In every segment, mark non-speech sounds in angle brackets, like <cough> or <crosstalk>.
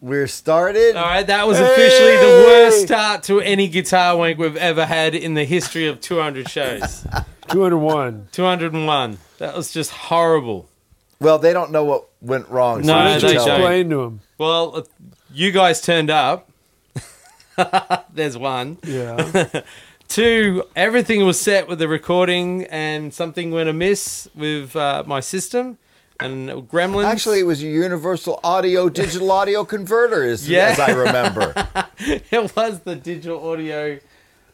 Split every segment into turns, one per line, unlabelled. We're started.
All right, that was officially the worst start to any guitar wank we've ever had in the history of 200 shows.
201.
201. That was just horrible.
Well, they don't know what went wrong.
No,
we
they
should tell
don't.
Just
them.
explain to him.
Well, uh, you guys turned up. <laughs> There's one.
Yeah.
Two, everything was set with the recording, and something went amiss with uh, my system and Gremlins.
Actually, it was a universal audio digital
<laughs>
audio converter, as,
Yeah.
as I remember.
<laughs> it was the digital audio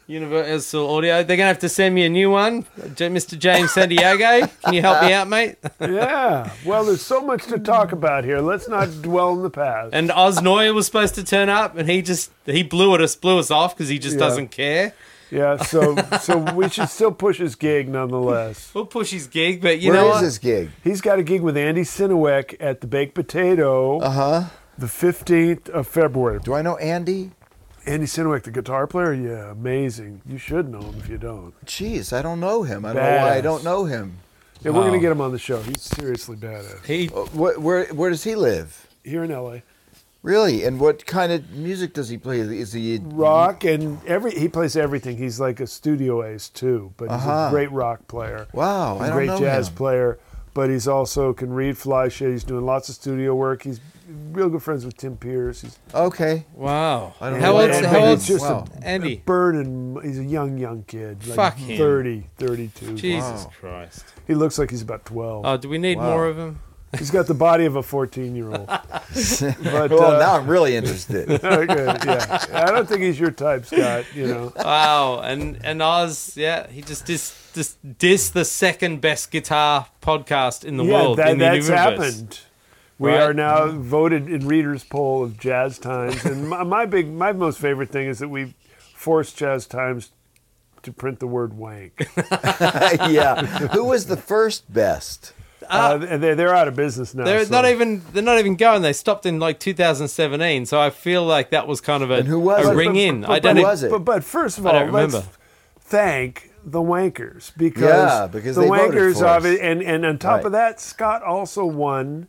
universal audio they're gonna have to send me a new one J- mr james santiago can you help me out mate
yeah. Well, there's so much to talk about here. Let's not dwell in the past.
and osnoy was supposed to turn up and he just he blew it us blew us off because he just
Yeah.
doesn't care
Yeah, so so we should still push his gig nonetheless.
we'll push his gig but <laughs> you
Where is
know what?
this gig?
He's got a gig with Andy Sinowek at the Baked Potato
Uh huh.
the 15th of February.
Do I know Andy?
Andy Sinowek, the guitar player? Yeah, amazing. You should know him if you don't.
Jeez, I don't know him. I don't know why I
Badass.
don't know him.
Yeah, we're going to get him on the show. He's seriously badass.
he
Uh, Where, where, where does he live?
Here in LA.
Really? And what kind of music does he play? Is he
Rock and every he plays everything. He's like a studio ace too, but he's
Uh-huh.
a great rock player.
Wow,
He's
Oh, I
a
don't
great
know
jazz
him.
player, but he's also can read fly shit. He's doing lots of studio work. He's real good friends with Tim Pierce. He's
Okay.
wow
I don't
how
know.
old's
Andy,
how old's
just
<laughs>
a-
wow.
andy
burning. He's a young, young kid. Like
Fuck him.
30, 32.
jesus
Wow.
christ
He looks like he's about 12.
oh do we need
Wow.
more of him
he's got the body of a 14 year
<laughs>
old.
<laughs>
But,
well,
uh,
now I'm really interested. <laughs>
<laughs> okay, yeah. I don't think he's your type, Scott. You know,
wow and and oz yeah he just dis dis dis the second best guitar podcast in <laughs> the world
that-
in the
that's
universe
happened. We
Right?
are now voted in readers' poll of Jazz Times, and my, my big, my most favorite thing is that we forced Jazz Times to print the word wank,
yeah. Who was the first best?
uh, and they're, they're out of business now.
They're
so-
not even they're not even going. They stopped in like 2017, so I feel like that was kind of a,
And who was
a
it?
ring
But-
in.
but-
I
but-
don't
who
e- even-
was it?
But, but first of
I
all,
don't
let's
remember.
thank the wankers because,
Yeah, because
the
they voted
wankers
for
of
us.
it, and and on top
Right.
of that, Scott also won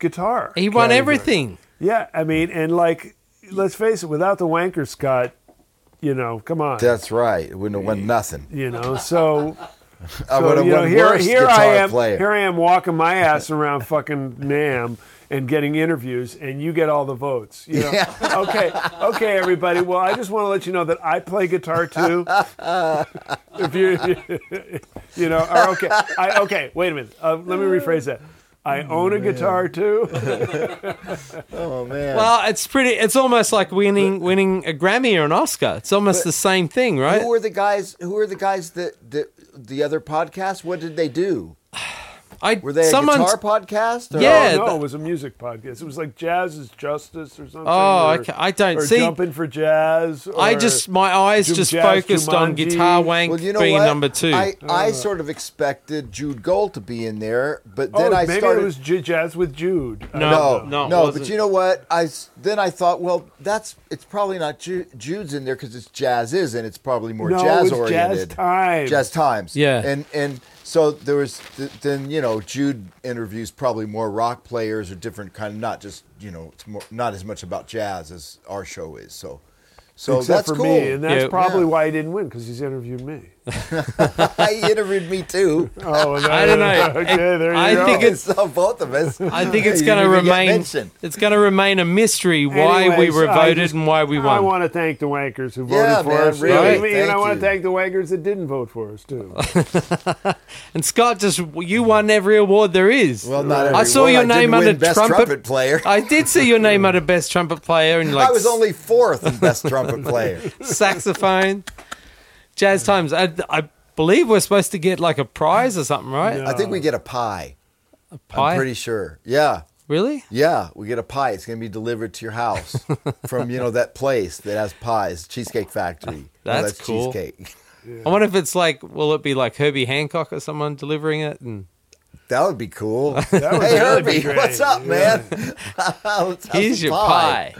guitar.
he won
category.
everything.
Yeah, I mean, and like, let's face it, without the wankers, Scott, you know, come on,
That's right. It wouldn't have won nothing.
you know, so.
I
So,
would have
you know,
won
here,
worst
here
guitar
I am,
player.
here I am walking my ass around fucking Nam and getting interviews, and you get all the votes. You know?
Yeah.
okay, okay, everybody. Well, I just want to let you know that I play guitar too. if you, <laughs> you know, or okay, I, okay. Wait a minute. Uh, let me rephrase that. I own a guitar too. <laughs>
oh man.
Well, Uh, it's pretty. It's almost like
uh,
winning winning a Grammy or an Oscar. It's almost the same thing, right?
who are the guys? Who are the guys that, that the other podcast? What did they do?
I
Were they a
someone's-
guitar podcast? or-
Yeah.
Oh, no,
that-
it was a music podcast. It was like Jazz is Justice or something.
Oh,
or-
okay. I don't
or
see.
Jumping for Jazz.
I
or-
just my eyes
Jum-
just
Jazz
focused on
Jumanji.
guitar wank
Well, you know
being
what?
number two.
I,
Uh.
I sort of expected Jude Gold to be in there, but
Oh,
then I
maybe
started.
it was J- Jazz with Jude. I
No.
don't
no,
no,
no,
it
but
wasn't.
you know what? I s- then I thought, well, that's it's probably not Ju- Jude's in there because it's jazz is, and it's probably more
No,
jazz
it's Jazz
oriented.
Time.
Jazz times.
Yeah.
and and so there was th- then you know Jude interviews probably more rock players or different kind, of not just you know it's more, not as much about jazz as our show is. So, so
Except
Oh, that's
for
cool.
me, and that's
Yeah.
probably
Yeah.
why he didn't win because he's
<laughs>
interviewed me.
he interviewed me
<laughs>
too. <laughs>
Oh, and
I don't know.
okay, there you
I
go.
think it's-
so both of us.
I
<laughs>
think it's
You
going to
didn't even get
remain.
mentioned.
It's going to remain a mystery why we
Anyways,
were
I
voted
just-
and why we
I
won.
want to thank the wankers who voted
Yeah,
for
man,
us.
really,
and,
thank
I want
you.
to thank the wankers that didn't vote for us
<laughs>
too. <laughs>
And Scott, just you won every award there is.
Well, not every
I saw
one.
your
I didn't
name
win
under
best
trumpet,
trumpet player.
I did see your name under best trumpet player and
<laughs>
like
I was only fourth in best
<laughs>
trumpet player.
saxophone, jazz times. I, I believe we're supposed to get like a prize or something, right?
I
Oh.
think we get a pie.
Pie?
I'm pretty sure. Yeah.
really?
Yeah, we get a pie. It's going to be delivered to your
<laughs>
house from, you know, that place that has pies, Cheesecake Factory. Oh,
That's
that's
cool.
cheesecake.
I wonder if it's like, will it be like Herbie Hancock or someone delivering it? And
That would be
<laughs>
cool.
would
hey,
really be
Herbie,
great.
what's up,
Yeah.
man? <laughs> Let's have
here's
some
your pie.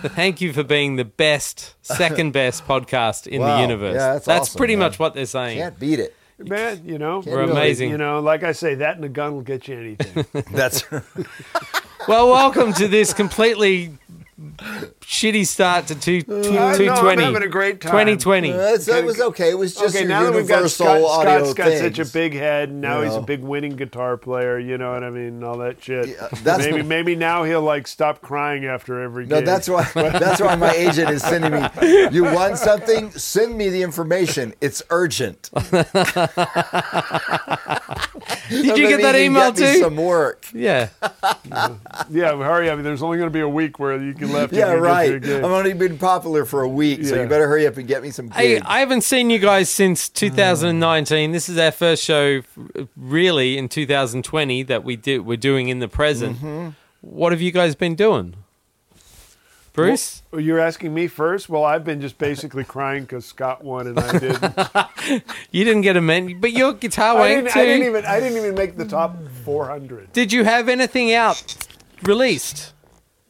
Thank you for being the best, second best podcast in
Wow.
the universe.
Yeah, that's awesome,
pretty
man.
much what they're saying. <laughs>
Can't beat it.
Man, you know,
We're amazing.
You know, like I say, that and a <laughs> gun will get you anything.
That's
Well, welcome to this completely shitty start to two, two,
I know, I'm
220.
having a great time.
2020.
<laughs> That's, that was okay. It was <laughs> just
okay,
a
now that we've got
universal
Scott,
audio
Scott's got
things.
such a big head, and now
You
he's a
know.
big winning guitar player. You know what I mean? and All that shit.
Yeah, that's- <laughs>
maybe maybe now he'll like stop crying after every
No,
game.
that's
<laughs>
why. That's why my agent is sending me. You want something? Send me the information. It's
<laughs>
urgent.
Did you get that email
get Me
too?
some work.
Yeah.
yeah. Hurry up! There's only going to be a week where you can left.
Yeah,
and you
right.
get
I've
your game.
only been popular for a week, so
Yeah.
you better hurry up and get me some
Hey,
gigs.
I haven't seen you guys since 2019. This is our first show, f- really, in 2020 that we do we're doing in the present. What have you guys been doing, Bruce?
Well, You're asking me first. Well, I've been just basically crying because Scott won <laughs> and I didn't.
You didn't get a man, but your guitar
I,
wank
didn't
too.
I didn't even. I didn't even make the top 400.
Did you have anything out released?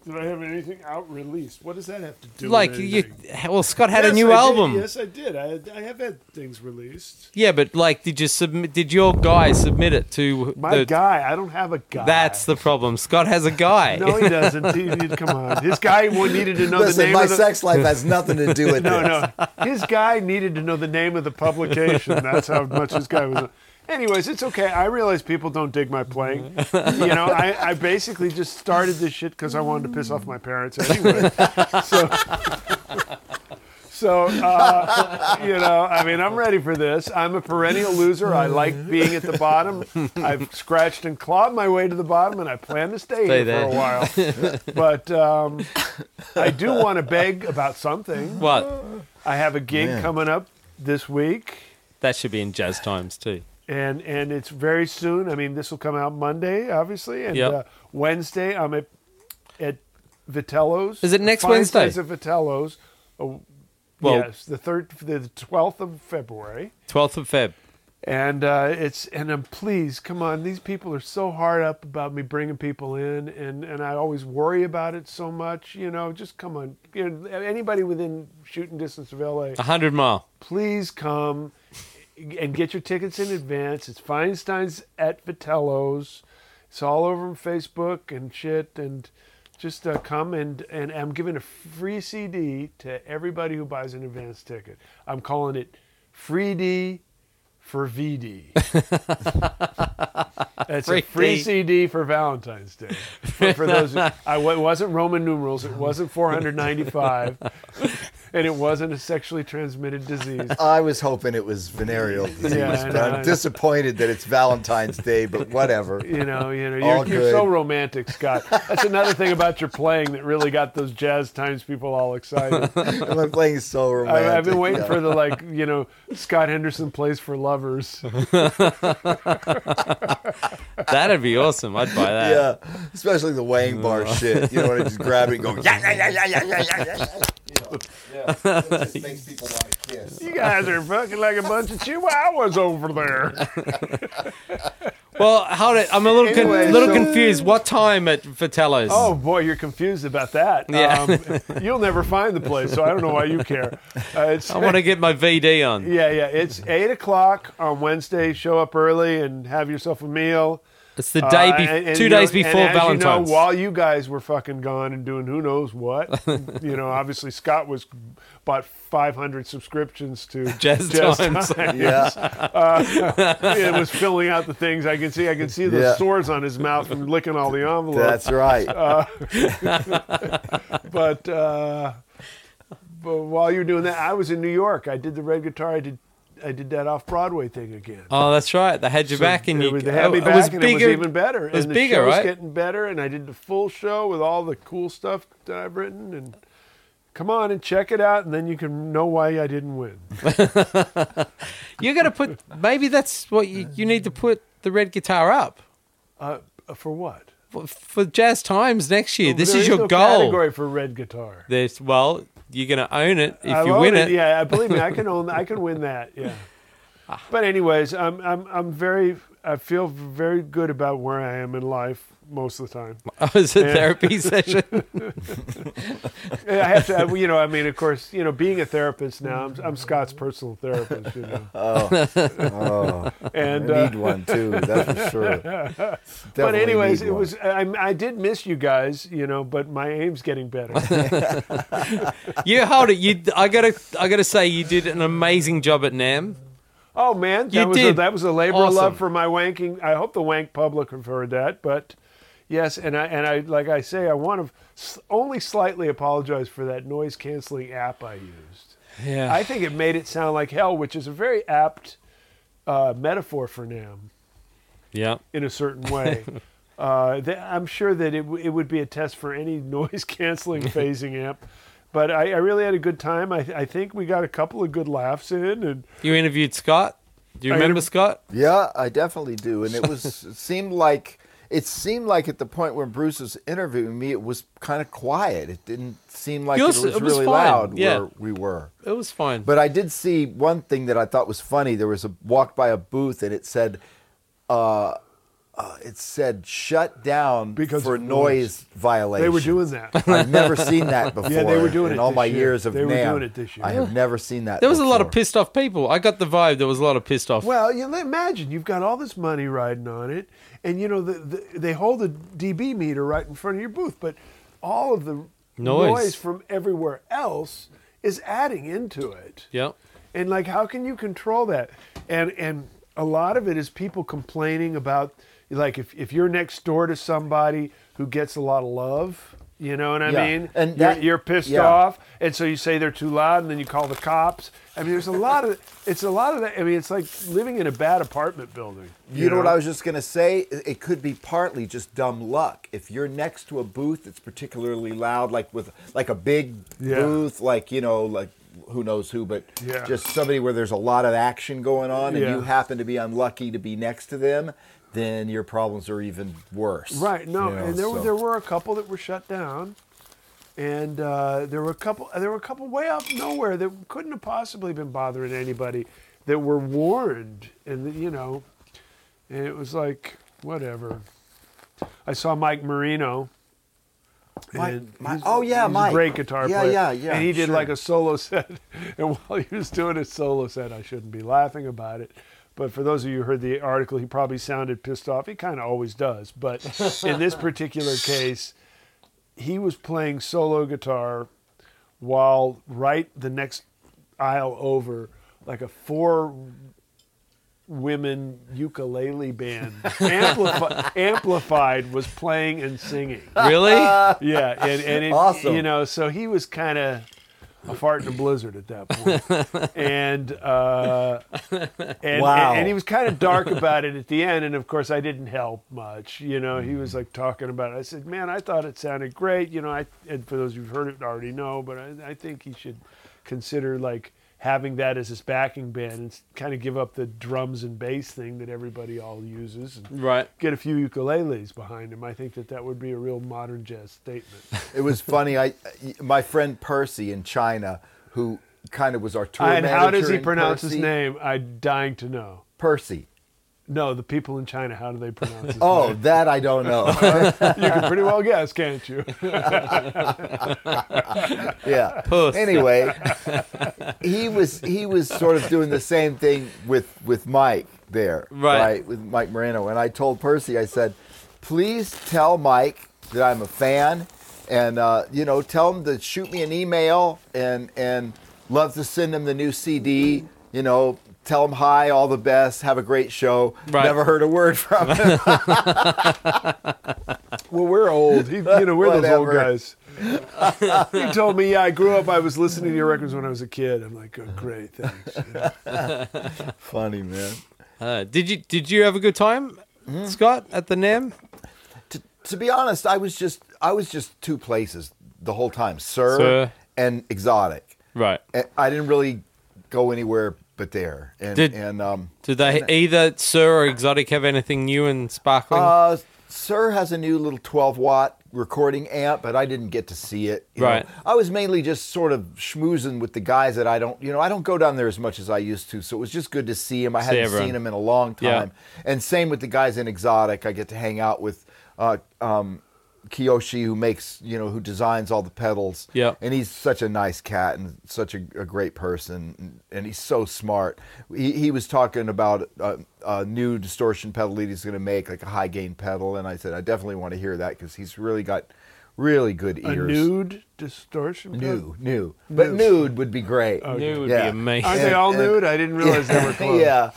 Did I have anything out released? What does that have to do?
Like
with
you,
anything?
well, Scott had a
Yes,
new
I did.
album.
Yes, I did. I, I have had things released.
Yeah, but like, did you submit? Did your guy submit it to
My
the?
guy, I don't have a guy.
That's the problem. Scott has a guy.
<laughs> No, he doesn't. He, he- come on, his guy wa- needed to know <laughs> the
Listen,
name.
my
of the,
sex life
<laughs>
has nothing to do with
No,
this.
no, his guy needed to know the name of the publication. That's how much his guy was. Anyways, it's okay. I realize people don't dig my playing. You know, I, I basically just started this shit because I wanted to piss off my parents anyway. <laughs> So, so uh, you know, I mean, I'm ready for this. I'm a perennial loser. I like being at the bottom. I've scratched and clawed my way to the bottom, and I plan to stay,
Stay
here for a
there.
while. But um, I do want to beg about something.
<laughs> What?
I have a gig
Man.
coming up this week,
That should be in Jazz Times too.
and and it's very soon. I mean, this will come out Monday, obviously, and
Yep.
uh, Wednesday I'm at at Vitello's.
Is it next
Fine
Wednesday?
Place at Vitello's. Oh,
Well-
yes, the third, the twelfth of February,
12th of Feb.
and uh, it's and I'm pleased. Come on, these people are so hard up about me bringing people in, and and I always worry about it so much. You know, just come on, you know, anybody within shooting distance of LA.
100 mile.
please come and get your tickets in advance. It's Feinstein's at Vitello's. It's all over on Facebook and shit. And just uh, come and, and I'm giving a free CD to everybody who buys an advance ticket. I'm calling it Free D for VD. That's
Free
a free
D.
CD for Valentine's Day. For, for those, who- I, it wasn't Roman numerals. It wasn't 495, and it wasn't a sexually transmitted disease.
I was hoping it was venereal disease,
Yeah, I
but
know, I know.
I'm disappointed that it's Valentine's Day. But
<laughs>
whatever.
You know, you know,
All
you're, you're so
good.
romantic, Scott. That's another thing about your playing that really got those jazz times people all excited.
I'm playing so romantic.
I, I've been waiting
yeah.
for the like, you know, Scott Henderson plays for lovers.
That'd be awesome. I'd buy that.
Yeah, <laughs> especially the Wang bar shit. You know, when I just grab it and go, yeah, yeah, yeah, yeah, yeah, yeah, yeah, yeah. You know, it just makes people want to kiss.
You guys are fucking like a bunch of chihuahuas over there.
Well, hold it. I'm a little con-
Anyway,
little
so-
confused. What time at Vitello's?
Oh boy, you're confused about that.
Yeah.
Um, you'll never find the place, so I don't know why you care. Uh, it's,
I want to get my VD on.
<laughs> yeah, yeah. It's eight o'clock on Wednesday. Show up early and have yourself a meal.
It's the day,
Uh,
be-
and- and,
two
you
days
know, and
before
as
Valentine's.
You know, while you guys were fucking gone and doing who knows
<laughs>
what, you know, obviously Scott was bought 500 subscriptions to
<laughs> Jazz Times. <laughs>
Times.
Yeah,
it was filling out the things I can see. I can see the
Yeah.
sores on his mouth from licking all the envelopes.
that's right.
but uh, but while you're doing that, I was in New York. I did the red guitar. I did I did that off Broadway thing again.
oh, that's right. They had you back, and
It
you
was- they had me
oh,
back,
it was
and
bigger.
it was even better.
was
and the
bigger,
show's
right?
getting better, and I did the full show with all the cool stuff that I've written. And come on and check it out, and then you can know why I didn't win.
You're gonna put. Maybe that's what you, you need to put the red guitar up
Uh, for what? Oh,
for, for Jazz Times next year. This
There
is your
no
goal.
category for red guitar.
There's well, you're gonna own it if
I
you
own
win <laughs> it. <laughs> Ah.
yeah. Believe me, I can own. I can win that. Yeah. But anyways, I'm I'm I'm very I feel very good about where I am in life most of the
<laughs>
time.
Oh, it's a therapy <laughs> session.
I have to, I- you know, I mean, of course, you know, being a therapist now, I'm, I'm Scott's personal therapist, you know.
Oh,
And
I
uh,
need one too. That's for sure.
but
Definitely
anyways,
need
it
one.
was I, I did miss you guys, you know, but my aim's getting
<laughs>
better.
you hold it. You, I gotta, I gotta say, you did an amazing job at Nam.
oh man, that
You
was a,
did.
that was a labor of
Awesome.
love for my wanking. I hope the wank public have heard that, but yes, and I and I like I say, I want to only slightly apologize for that noise canceling app I used.
Yeah,
I think it made it sound like hell, which is a very apt uh, metaphor for Nam.
yeah.
in a certain way. uh, th- I'm sure that it, w- it would be a test for any <laughs> noise canceling phasing amp. But I, I really had a good time. I, I think we got a couple of good laughs in, and
You interviewed Scott. Do you
I
remember
interv-
Scott?
Yeah, I definitely do. And it was it seemed like it seemed like at the point when Bruce was interviewing me, it was kind of quiet. It didn't seem like
Yours-
it was
it was
really
fine,
loud
yeah.
where we were.
It was fine.
But I did see one thing that I thought was funny. There was a walk by a booth and it said, uh, uh, it said shut down
Because
for
of
noise
noise."
violation.
they were doing
<laughs>
that. <laughs>
I've never seen that before.
they were doing
in
it
all
this
my
year.
years of
They were
NAMM.
doing it this year.
I have never seen that.
there was a lot of
before.
pissed off people. I got the vibe there was a lot of pissed off.
Well, you li- imagine you've got all this money riding on it, and you know the, the, they hold a dB meter right in front of your booth, but all of the
Noise.
noise from everywhere else is adding into it.
yep.
and like how can you control that and and a lot of it is people complaining about like if, if you're next door to somebody who gets a lot of love you know what i
Yeah,
mean
and
you're,
that-
you're pissed
yeah.
off and so you say they're too loud and then you call the cops i mean there's a lot of it's a lot of that i mean it's like living in a bad apartment building
You know what I was just going to say? It it could be partly just dumb luck. If you're next to a booth that's particularly loud, like with like a big
Yeah.
booth, like you know, like who knows who, but
Yeah.
just somebody where there's a lot of action going on, and
Yeah.
you happen to be unlucky to be next to them, then your problems are even worse.
Right. No,
You know,
and there were
so-
there were a couple that were shut down, and uh, there were a couple there were a couple way out of nowhere that couldn't have possibly been bothering anybody that were warned, and you know, and it was like whatever. I saw Mike Marino.
Mike-
and
Mi-
he's-
oh, yeah,
he's
Mike.
a great guitar
Yeah,
player.
yeah, yeah,
And he did
sure.
like a solo set, <laughs> and while he was doing his solo set, I shouldn't be laughing about it. But for those of you who heard the article, he probably sounded pissed off. He kind of always does,
<laughs>
but in this particular case, he was playing solo guitar while right the next aisle over, like a four women ukulele band amplifi- amplified was playing and singing.
Really?
<laughs>
<laughs> Yeah, and, and it,
Awesome.
you know, so he was kind of a fart in a blizzard at that point, and uh, and,
Wow.
and, and he was kind of dark about it at the end. And of course, I didn't help much. You know, he was like talking about it. I said, "Man, I thought it sounded great." You know, I and for those who've heard it already know, but I, I think he should consider like having that as his backing band and kind of give up the drums and bass thing that everybody all uses. And,
right.
Get a few ukuleles behind him. I think that that would be a real modern
<laughs>
jazz statement.
It was funny. I, my friend Percy in China, who kind of was our tour
And
manager.
how does he
in
pronounce his
Percy-
name? I'm dying to know.
Percy.
No, the people in China, how do they pronounce his
<laughs> Oh, that I don't
<laughs>
know.
name? You can pretty well guess, can't
<laughs>
you?
yeah.
<laughs> Puss.
Anyway, he was he was sort of doing the same thing with with Mike there,
Right.
With Mike Moreno, and I told Percy, I said, please tell Mike that I'm a fan, and uh, you know, tell him to shoot me an email, and and love to send him the new CD, you know. Tell him hi, all the best, have a great show.
Right.
Never heard a word from
<laughs>
him.
Well, we're old. He, you know, we're those old
Whatever.
guys. he told me, yeah, I grew up, I was listening to your records when I was a kid. I'm like, oh, great,
<laughs>
thanks. Yeah.
Funny man.
Uh, did you did you have a good time, Scott, at the Nam?
to, to be honest, I was just I was just two places the whole time, sir,
Sir.
and exotic.
Right.
A- I didn't really go anywhere but there. And
Did-
and um,
Did they either Sir or Exotic have anything new and sparkling?
uh, sir has a new little twelve watt recording amp, but I didn't get to see it. you know.
Right.
I was mainly just sort of schmoozing with the guys that I don't, you know, I don't go down there as much as I used to. So it was just good to see him. I hadn't
everyone.
seen him in a long
Yeah.
time. And same with the guys in Exotic. I get to hang out with uh, um, Kiyoshi, who makes, you know, who designs all the pedals.
Yeah.
And he's such a nice cat and such a, a great person. And he's so smart. He, he was talking about a, a new distortion pedal lead he's going to make, like a high gain pedal. And I said, I definitely want to hear that because he's really got really good
A
ears.
nude distortion. pedal?
<laughs> New, new, but
Nude.
nude would be great.
Nude would be
Yeah.
amazing.
Aren't they all
And-
nude? I didn't
<laughs>
realize they were clothes.
yeah,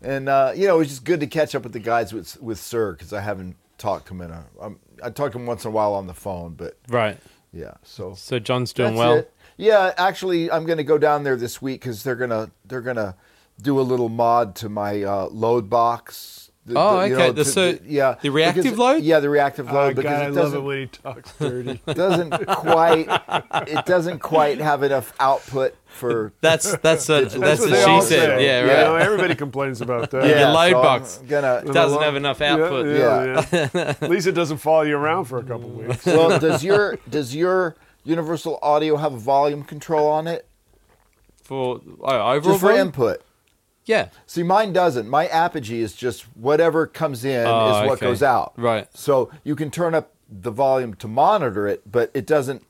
and uh, you know it was just good to catch up with the guys with with Sir because I haven't talked to him in a. Um, I talk to him once in a while on the phone, but
Right.
yeah. So
So John's doing
that's
well.
it. Yeah, actually, I'm going to go down there this week because they're gonna they're gonna do a little mod to my uh, load box. The-
Oh,
the- you
okay.
know,
The-
to-
so
yeah,
the reactive
because-
load?
Yeah, the reactive
Oh,
load.
God,
because
I
it
love
doesn't,
it when he talks dirty.
doesn't
<laughs>
quite it doesn't quite have enough output
<laughs>
for
That's that's a that's,
Digital.
That's
what
what they
she
all
said.
say.
Yeah,
You
right.
know, everybody
<laughs>
complains about that.
Yeah, your load
so
box.
I'm gonna
Doesn't have enough output.
Yeah, yeah, yeah. <laughs> Lisa doesn't follow you around for a couple
Mm.
weeks.
well, does your does your Universal Audio have a volume control on it?
For oh, overall
Just for
volume?
input.
Yeah.
See, mine doesn't. My Apogee is just whatever comes in
Oh,
is what
okay.
goes out.
Right.
So you can turn up the volume to monitor it, but it doesn't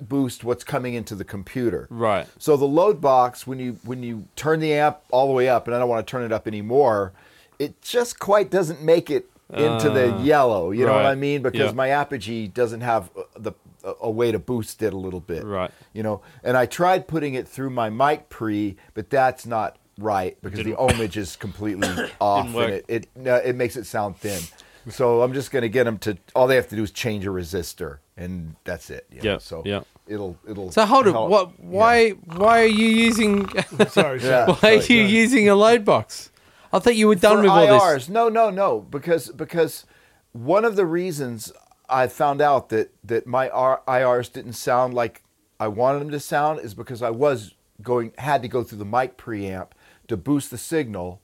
boost what's coming into the computer.
Right.
So the load box, when you when you turn the amp all the way up, and I don't want to turn it up anymore, it just quite doesn't make it into the yellow. You know what
Ah. right.
I mean? Because
Yeah.
my Apogee doesn't have uh, the a, a way to boost it a little bit.
Right.
You know, and I tried putting it through my mic pre, but that's not right because the ohmage is
<coughs>
completely off,
work.
and it it no, it makes it sound thin. So I'm just going to get them to. All they have to do is change a resistor, and that's it. you know,
Yeah,
So
yeah.
it'll it'll.
So hold it.
help.
What? Why? Why are you using? <laughs>
Sorry,
Yeah.
sorry.
why are you using a load box? I thought you were done
for
with all
IRs.
this.
No, no, no. Because because one of the reasons I found out that that my R- IRs didn't sound like I wanted them to sound is because I was going had to go through the mic preamp to boost the signal,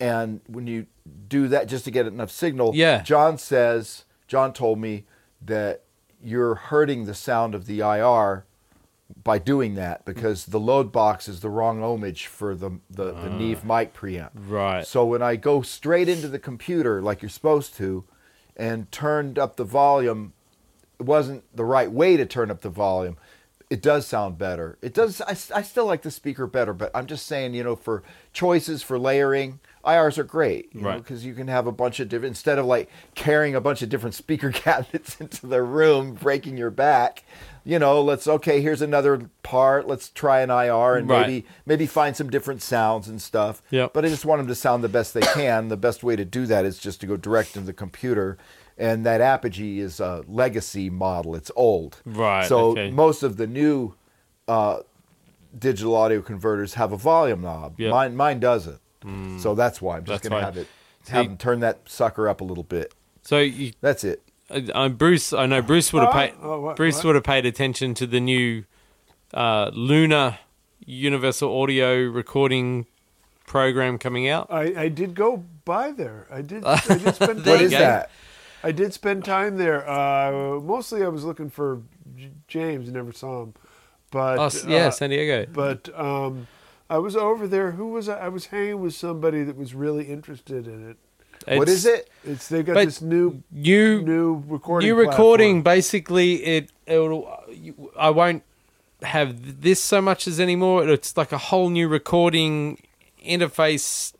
and when you do that just to get enough signal,
Yeah.
John says John told me that you're hurting the sound of the IR by doing that because the load box is the wrong ohmage for the the, the Neve mic preamp.
Right.
So when I go straight into the computer like you're supposed to, and turned up the volume, it wasn't the right way to turn up the volume. It does sound better. It does. I, s- I still like the speaker better, but I'm just saying, you know, for choices for layering, IRs are great, you
Right.
Because you can have a bunch of different instead of like carrying a bunch of different speaker <laughs> cabinets into the room, breaking your back. You know, let's okay. Here's another part. Let's try an IR and
Right.
maybe maybe find some different sounds and stuff.
Yep.
But I just want them to sound the best they can. The best way to do that is just to go direct into the computer. And that Apogee is a legacy model. It's old.
Right,
So
okay.
most of the new uh, digital audio converters have a volume knob.
Yep. Hmm.
Mine mine doesn't. So that's why I'm just
That's
going
why.
to have it.
So
have
you-
them turn that sucker up a little bit.
So you,
That's it.
I, I, Bruce, I know Bruce would have
Oh,
paid.
oh, what-
Bruce
what?
would have paid attention to the new uh, Luna Universal Audio recording program coming out.
I, I did go by there. I did. I
<laughs>
did spend.
There
What
you
is
go.
that?
I did spend time there. Uh, mostly, I was looking for J- James. Never saw him. But
Oh, s- yeah,
uh,
San Diego.
but um, I was over there. Who was I? I was hanging with somebody that was really interested in it.
what
It's
is it?
It's they've got
But
this new
New
new recording.
new recording. Basically, it it'll, you- I won't have this so much as anymore. It's like a whole new recording interface.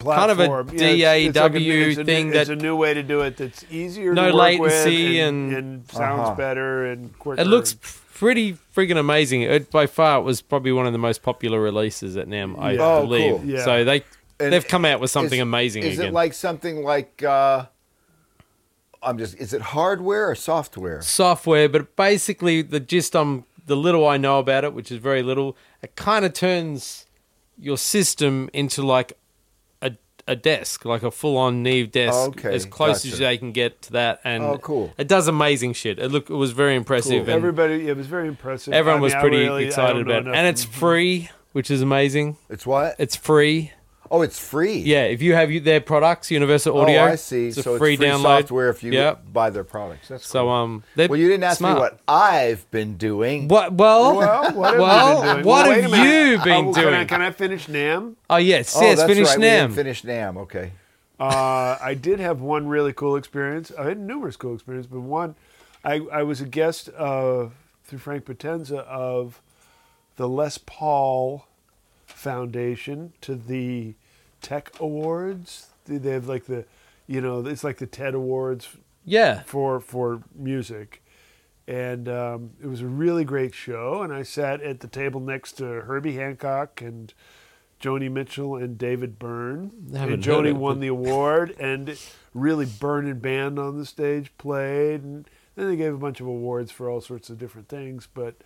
platform.
kind of a
Platform. Yeah, it's- it's like a new-
DAW
it's a new-
thing that-
It's a new way to do it. That's easier.
No
to work with
latency
and,
and-
sounds
Uh-huh.
better and quicker.
It looks pretty friggin' amazing. It by far it was probably one of the most popular releases at NAM, I
Yeah.
Oh,
believe.
cool.
Yeah.
So they
And
they've come out with something
Is-
amazing
Is
again.
it like something like? Uh, I'm just. Is it hardware or software?
software, but basically the gist I'm the little I know about it, which is very little, it kind of turns your system into like a a desk, like a full on Neve desk,
Okay,
as close as
gotcha.
they can get to that. And
Oh, cool.
It does amazing shit. It look it was very impressive.
Cool.
And
Everybody, it was very impressive.
everyone
I
was
mean, I
pretty
really- I
excited
don't know
about it,
enough
and it's free, which is amazing.
It's what?
It's free.
Oh, it's free.
Yeah, if you have you- their products, Universal
Oh,
Audio,
I see.
It's a
so
free,
it's free
download.
software if you
Yep.
buy their products. That's
So
cool.
um, they're
well, you didn't ask
smart.
me what I've been doing.
What? Well,
Well, what
Well,
have you
<laughs>
been
what
doing? Well, wait
have
a minute.
you been
Uh, Can I,
doing?
can I finish Nam?
oh yes,
Oh,
yes,
that's
finish
right. we
Nam.
didn't Finish Nam. Okay.
Uh, I did have one really cool experience. I had numerous cool experiences, but one, I, I was a guest uh, through Frank Potenza of the Les Paul Foundation to the Tech Awards. They they have like the, you know, it's like the TED Awards
yeah.
for for music, and um, it was a really great show. And I sat at the table next to Herbie Hancock and Joni Mitchell and David Byrne.
I haven't
And
heard
Joni
it,
won
but-
the award, and really Byrne and band on the stage played, and then they gave a bunch of awards for all sorts of different things. But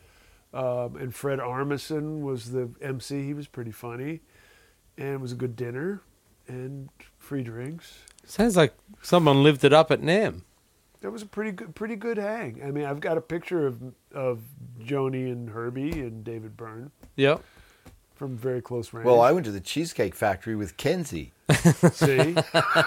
um, and Fred Armisen was the MC. He was pretty funny, and it was a good dinner and free drinks.
Sounds like someone lived it up at Nam.
That was a pretty good, pretty good hang. I mean, I've got a picture of of Joni and Herbie and David Byrne
Yep.
from very close range.
Well, I went to the Cheesecake Factory with Kenzie.
<laughs>
<laughs>
see. Uh,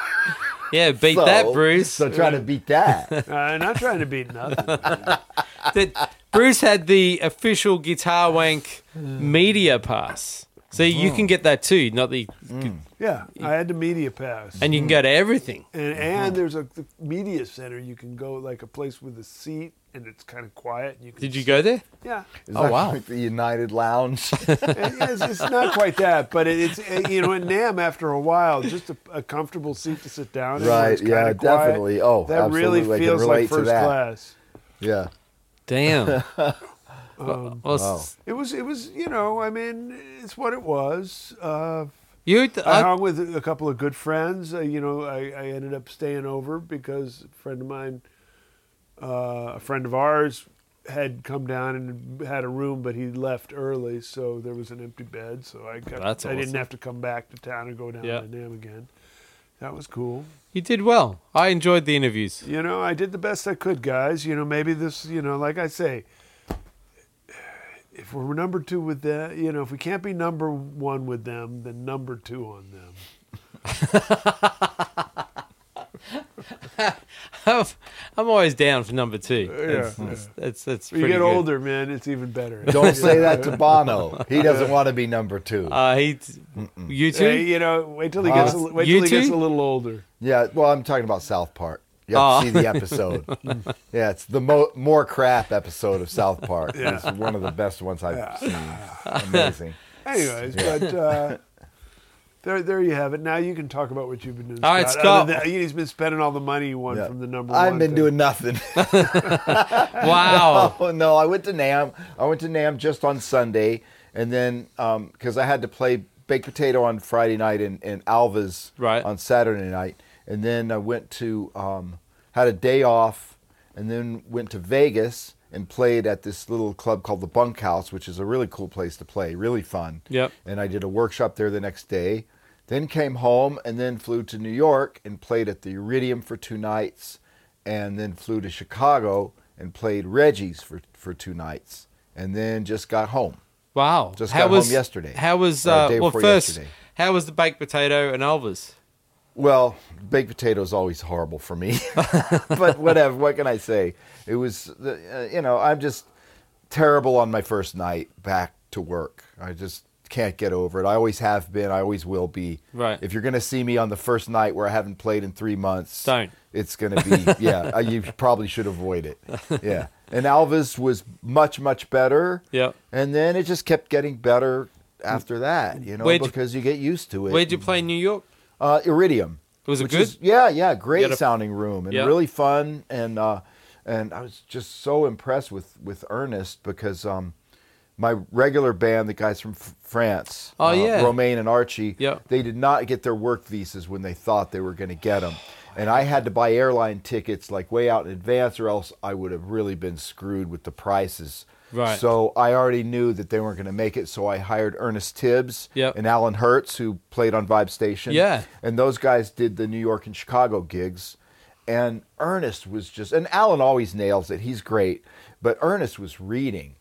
Yeah, beat
So-
that, Bruce.
So try to beat
<laughs>
that.
I'm not trying to
<laughs>
beat nothing.
that Bruce had the official Guitar Wank media pass. So you can get that too. Not the,
Yeah, I had the media pass, and
and you can go to everything.
and,
Mhm.
there's a the media center. You can go like a place with a seat, and it's kind of quiet. And you can
Did you
sit-
go there?
Yeah,
It's
Oh,
not
wow.
like the United
<laughs>
Lounge.
It- it's, it's not quite that, but it, it's it- you know, in Nam after a while, just a, a comfortable seat to sit down. in where
Right,
it's kinda
yeah,
quiet,
definitely. Oh,
that
absolutely. I
really
can
feels
relate
like
to
first
that.
class.
yeah.
Damn. Well,
wow.
It was, it was, you know, I mean, it's what it was. Uh,
You,
I
I,
hung with a couple of good friends. Uh, you know, I, I ended up staying over because a friend of mine, uh, a friend of ours, had come down and had a room, but he left early, so there was an empty bed. So I got,
That's
I didn't
awesome.
have to come back to town and go down
Yeah.
to Nam again. That was cool.
you did well. I enjoyed the interviews.
You know, I did the best I could, guys. You know, maybe this, you know, like I say, if we're number two with them, you know, if we can't be number one with them, then number two on them.
I'm always down for number two.
Yeah.
That's, that's, that's, that's
You
pretty
get
good.
older, man, it's even better.
Don't say that to Bono. He doesn't want to be number two.
Uh, he, you two?
Hey, you know, wait till he
Huh?
gets a, li- wait
You
till he gets
two?
a little older.
Yeah, well, I'm talking about South Park. You have to see
Oh.
the
<laughs>
episode. yeah, it's the mo- more crap episode of South Park. It's one of the best ones I've seen. Amazing.
Anyways, but uh, there, there you have it. Now you can talk about what you've been doing.
All right,
Other
Scott.
than- he's been spending all the money you won
Yeah.
from the number <laughs> one.
I've been
thing.
doing
<laughs>
nothing.
<laughs> Wow.
oh <laughs> no, I went to Nam. I went to Nam just on Sunday, and then because I had to play baked potato on Friday night and, and Alva's
Right.
on Saturday night, and then I went to um, had a day off, and then went to Vegas and played at this little club called the Bunkhouse, which is a really cool place to play, really fun.
Yep.
And I did a workshop there the next day. Then came home and then flew to New York and played at the Iridium for two nights, and then flew to Chicago and played Reggie's for, for two nights, and then just got home.
Wow.
Just
how
got home
was,
yesterday.
How was,
Or
uh,
day
well,
before
first,
yesterday.
how was the baked potato and Elvis?
Well, baked potato is always horrible for me, <laughs> but whatever. What can I say? It was, the, uh, you know, I'm just terrible on my first night back to work. I just can't get over it. I always have been. I always will be.
Right.
If you're gonna see me on the first night where I haven't played in three months,
Don't.
It's gonna
<laughs>
be yeah. uh, You probably should avoid it. Yeah. And Alvis was much much better.
Yep.
And then it just kept getting better after that, you know,
Where'd you-
because you get used to it.
Where'd you play in New York?
Uh, Iridium.
Was it
which
good?
is- yeah, yeah, great
had a-
sounding room and
Yeah.
really fun and uh, and I was just so impressed with with Ernest because um, my regular band, the guys from F- France,
Oh,
uh,
yeah.
Romaine and Archie,
Yeah.
they did not get their work visas when they thought they were going to get them. And I had to buy airline tickets like way out in advance, or else I would have really been screwed with the prices.
Right.
So I already knew that they weren't going to make it. So I hired Ernest Tibbs
Yep.
and Alan Hertz, who played on Vibe Station.
Yeah.
And those guys did the New York and Chicago gigs. And Ernest was just, and Alan always nails it. He's great. But Ernest was reading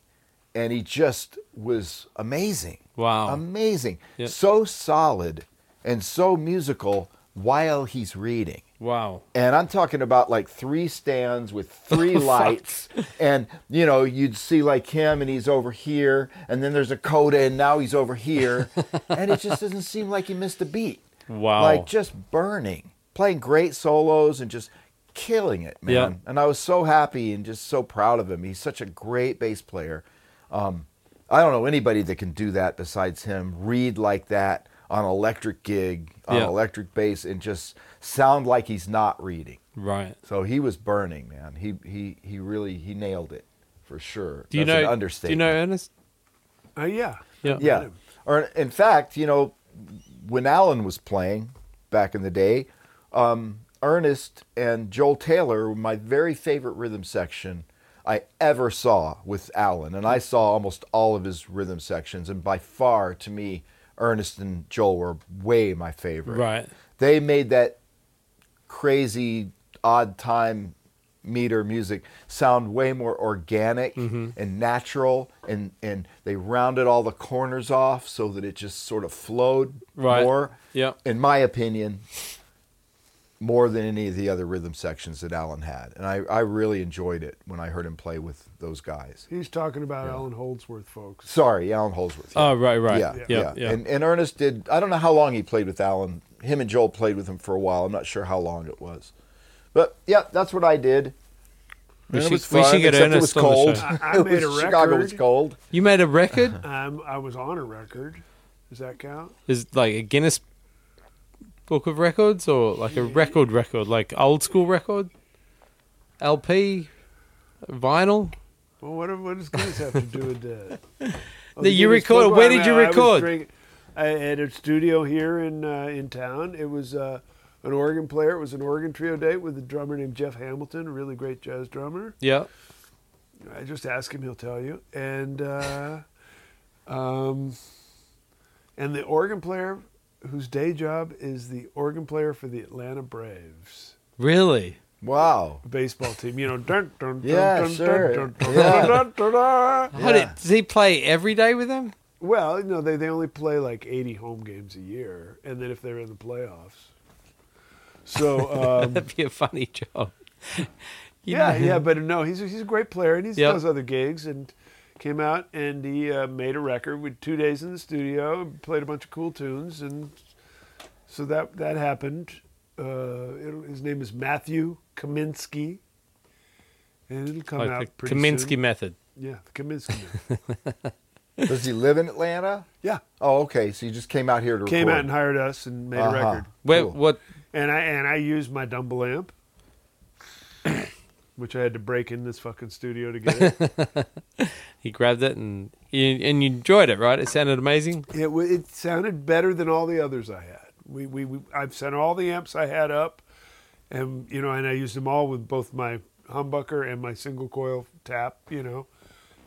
and he just was amazing.
Wow.
Amazing.
Yep.
So solid. and so musical while he's reading.
Wow.
And I'm talking about like three stands with
<laughs> Oh,
three lights. And, you know, you'd see like him and he's over here. And then there's a coda and now he's over
<laughs>
here. and it just doesn't seem like he missed a beat.
Wow.
Like just burning, playing great solos and just killing it, man.
Yeah.
And I was so happy and just so proud of him. He's such a great bass player. Um, I don't know anybody that can do that besides him. Read like that on electric gig, on
Yeah.
electric bass, and just sound like he's not reading.
Right.
So he was burning, man. He he he really he nailed it for sure.
Do you
That's
know?
an
Do you
understatement?
know Ernest?
Uh, yeah.
Yeah.
Yeah. Or in fact, you know, when Alan was playing back in the day, um, Ernest and Joel Taylor were my very favorite rhythm section I ever saw with Alan, and I saw almost all of his rhythm sections, and by far, to me, Ernest and Joel were way my favorite.
Right.
They made that crazy odd time meter music sound way more organic
Mm-hmm.
and natural and and they rounded all the corners off so that it just sort of flowed
Right.
more
Yep.
in my opinion more than any of the other rhythm sections that Alan had and I, I really enjoyed it when I heard him play with those guys
He's talking about Alan Holdsworth, folks.
sorry Alan Holsworth
Oh, right, right.
yeah,
yeah,
yeah. And, and Ernest did. I don't know how long he played with Alan. Him and Joel played with him for a while. I'm not sure how long it was, but yeah, that's what I did.
We
And it
should-
was
we
fun.
should get
except it
Ernest
was
on the
cold.
show.
I-
<laughs>
I
It
made
was-
a
Chicago was
record.
cold.
You made a <laughs> record?
Um, I was on a record. Does that count?
Is like a Guinness Book of Records or like a record record, like old school record, LP, vinyl?
Well, what, what does Guinness have to do with
<laughs>
that? Oh,
That you
Guinness
recorded-
Book-
where
I
did you
mean, I was
record?
drink- I- at a studio here in uh, in town. It was uh, an organ player. It was an organ trio date with a drummer named Jeff Hamilton, a really great jazz drummer.
Yeah.
I just ask him; he'll tell you. And uh, um, and the organ player whose day job is the organ player for the Atlanta Braves
Really?
Wow.
baseball
<laughs>
team. You know, dun dun dun
Yeah,
dun,
sure.
dun, dun,
Yeah.
dun, dun, dun, dun.
How did, does he play every day with them?
Well, you know, they, they only play like 80 home games a year, and then if they're in the playoffs.
<laughs>
So, um,
That'd be a funny job. You
yeah,
know,
yeah, but no, he's, he's a great player, and he
Yep.
does other gigs, and came out and he uh, made a record with two days in the studio, played a bunch of cool tunes, and so that, that happened. Uh, it'll- his name is Matthew Kaminsky, and it'll come out
Like the
pretty
Kaminsky
soon.
method.
Yeah, the Kaminsky. Man.
Does he live in Atlanta?
yeah,
Oh, okay. So you just came out here to
came
record.
out and hired us and made
Uh-huh.
a record.
Where,
Cool.
What?
and I and I used my Dumble amp, <coughs> which I had to break in this fucking studio to get. It.
He grabbed it and you, and you enjoyed it, right? It sounded amazing.
it wa- it sounded better than all the others I had. We, we we I've sent all the amps I had up, and you know, and I used them all with both my humbucker and my single coil tap, you know,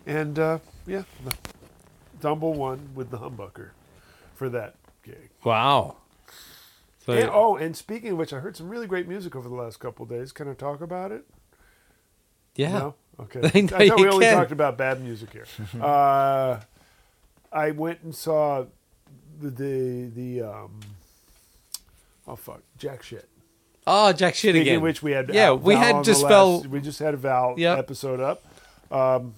and uh, yeah, the Dumble one with the humbucker for that gig.
Wow. So,
And, oh, and speaking of which, I heard some really great music over the last couple of days. Can I talk about it?
yeah.
No? Okay.
<laughs> I
I
know
thought we
you
only
can.
talked about bad music
<laughs>
here. uh, I went and saw the the, the um, oh fuck jack shit.
Oh, jack shit
Speaking
again.
of which we had
Yeah,
Al-
we
Val
had
on the
just
last-
Val-
we just had a Val
Yep.
episode up. Um,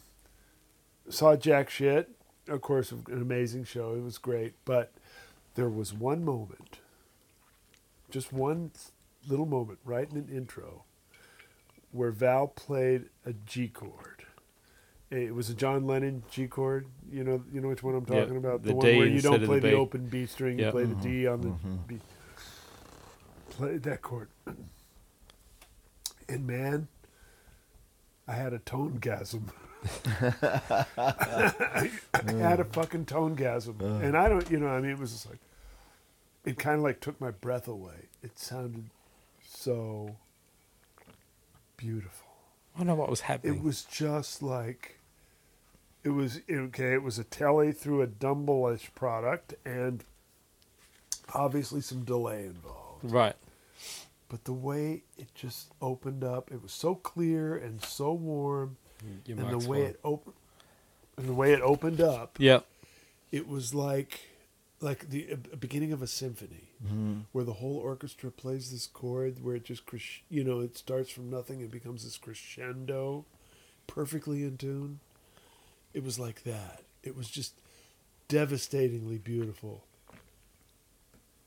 saw jack shit. Of course, an amazing show. It was great, but there was one moment, just one little moment, right in an intro, where Val played a G chord. It was a John Lennon G chord. You know, you know which one I'm
Yeah,
talking about.
the
The, one
D
where you
instead of
don't
the
play the,
B.
open B string,
Yeah.
you play the D on the B. Played that chord, and man, I had a tone gasm. I had a fucking tone gasm, and I don't, you know, I mean, it was just like, it kind of like took my breath away. It sounded so beautiful.
I wonder what was
It
happening.
was just like it was okay. It was a telly through a dumbbellish product, and obviously some delay involved.
right.
But the way it just opened up, it was so clear and so warm,
Your
and
mic's
the way
fine.
it opened, and the way it opened up,
Yeah.
it was like like the uh, beginning of a symphony where the whole orchestra plays this chord where it just cres- you know it starts from nothing and becomes this crescendo perfectly in tune it was like that it was just devastatingly beautiful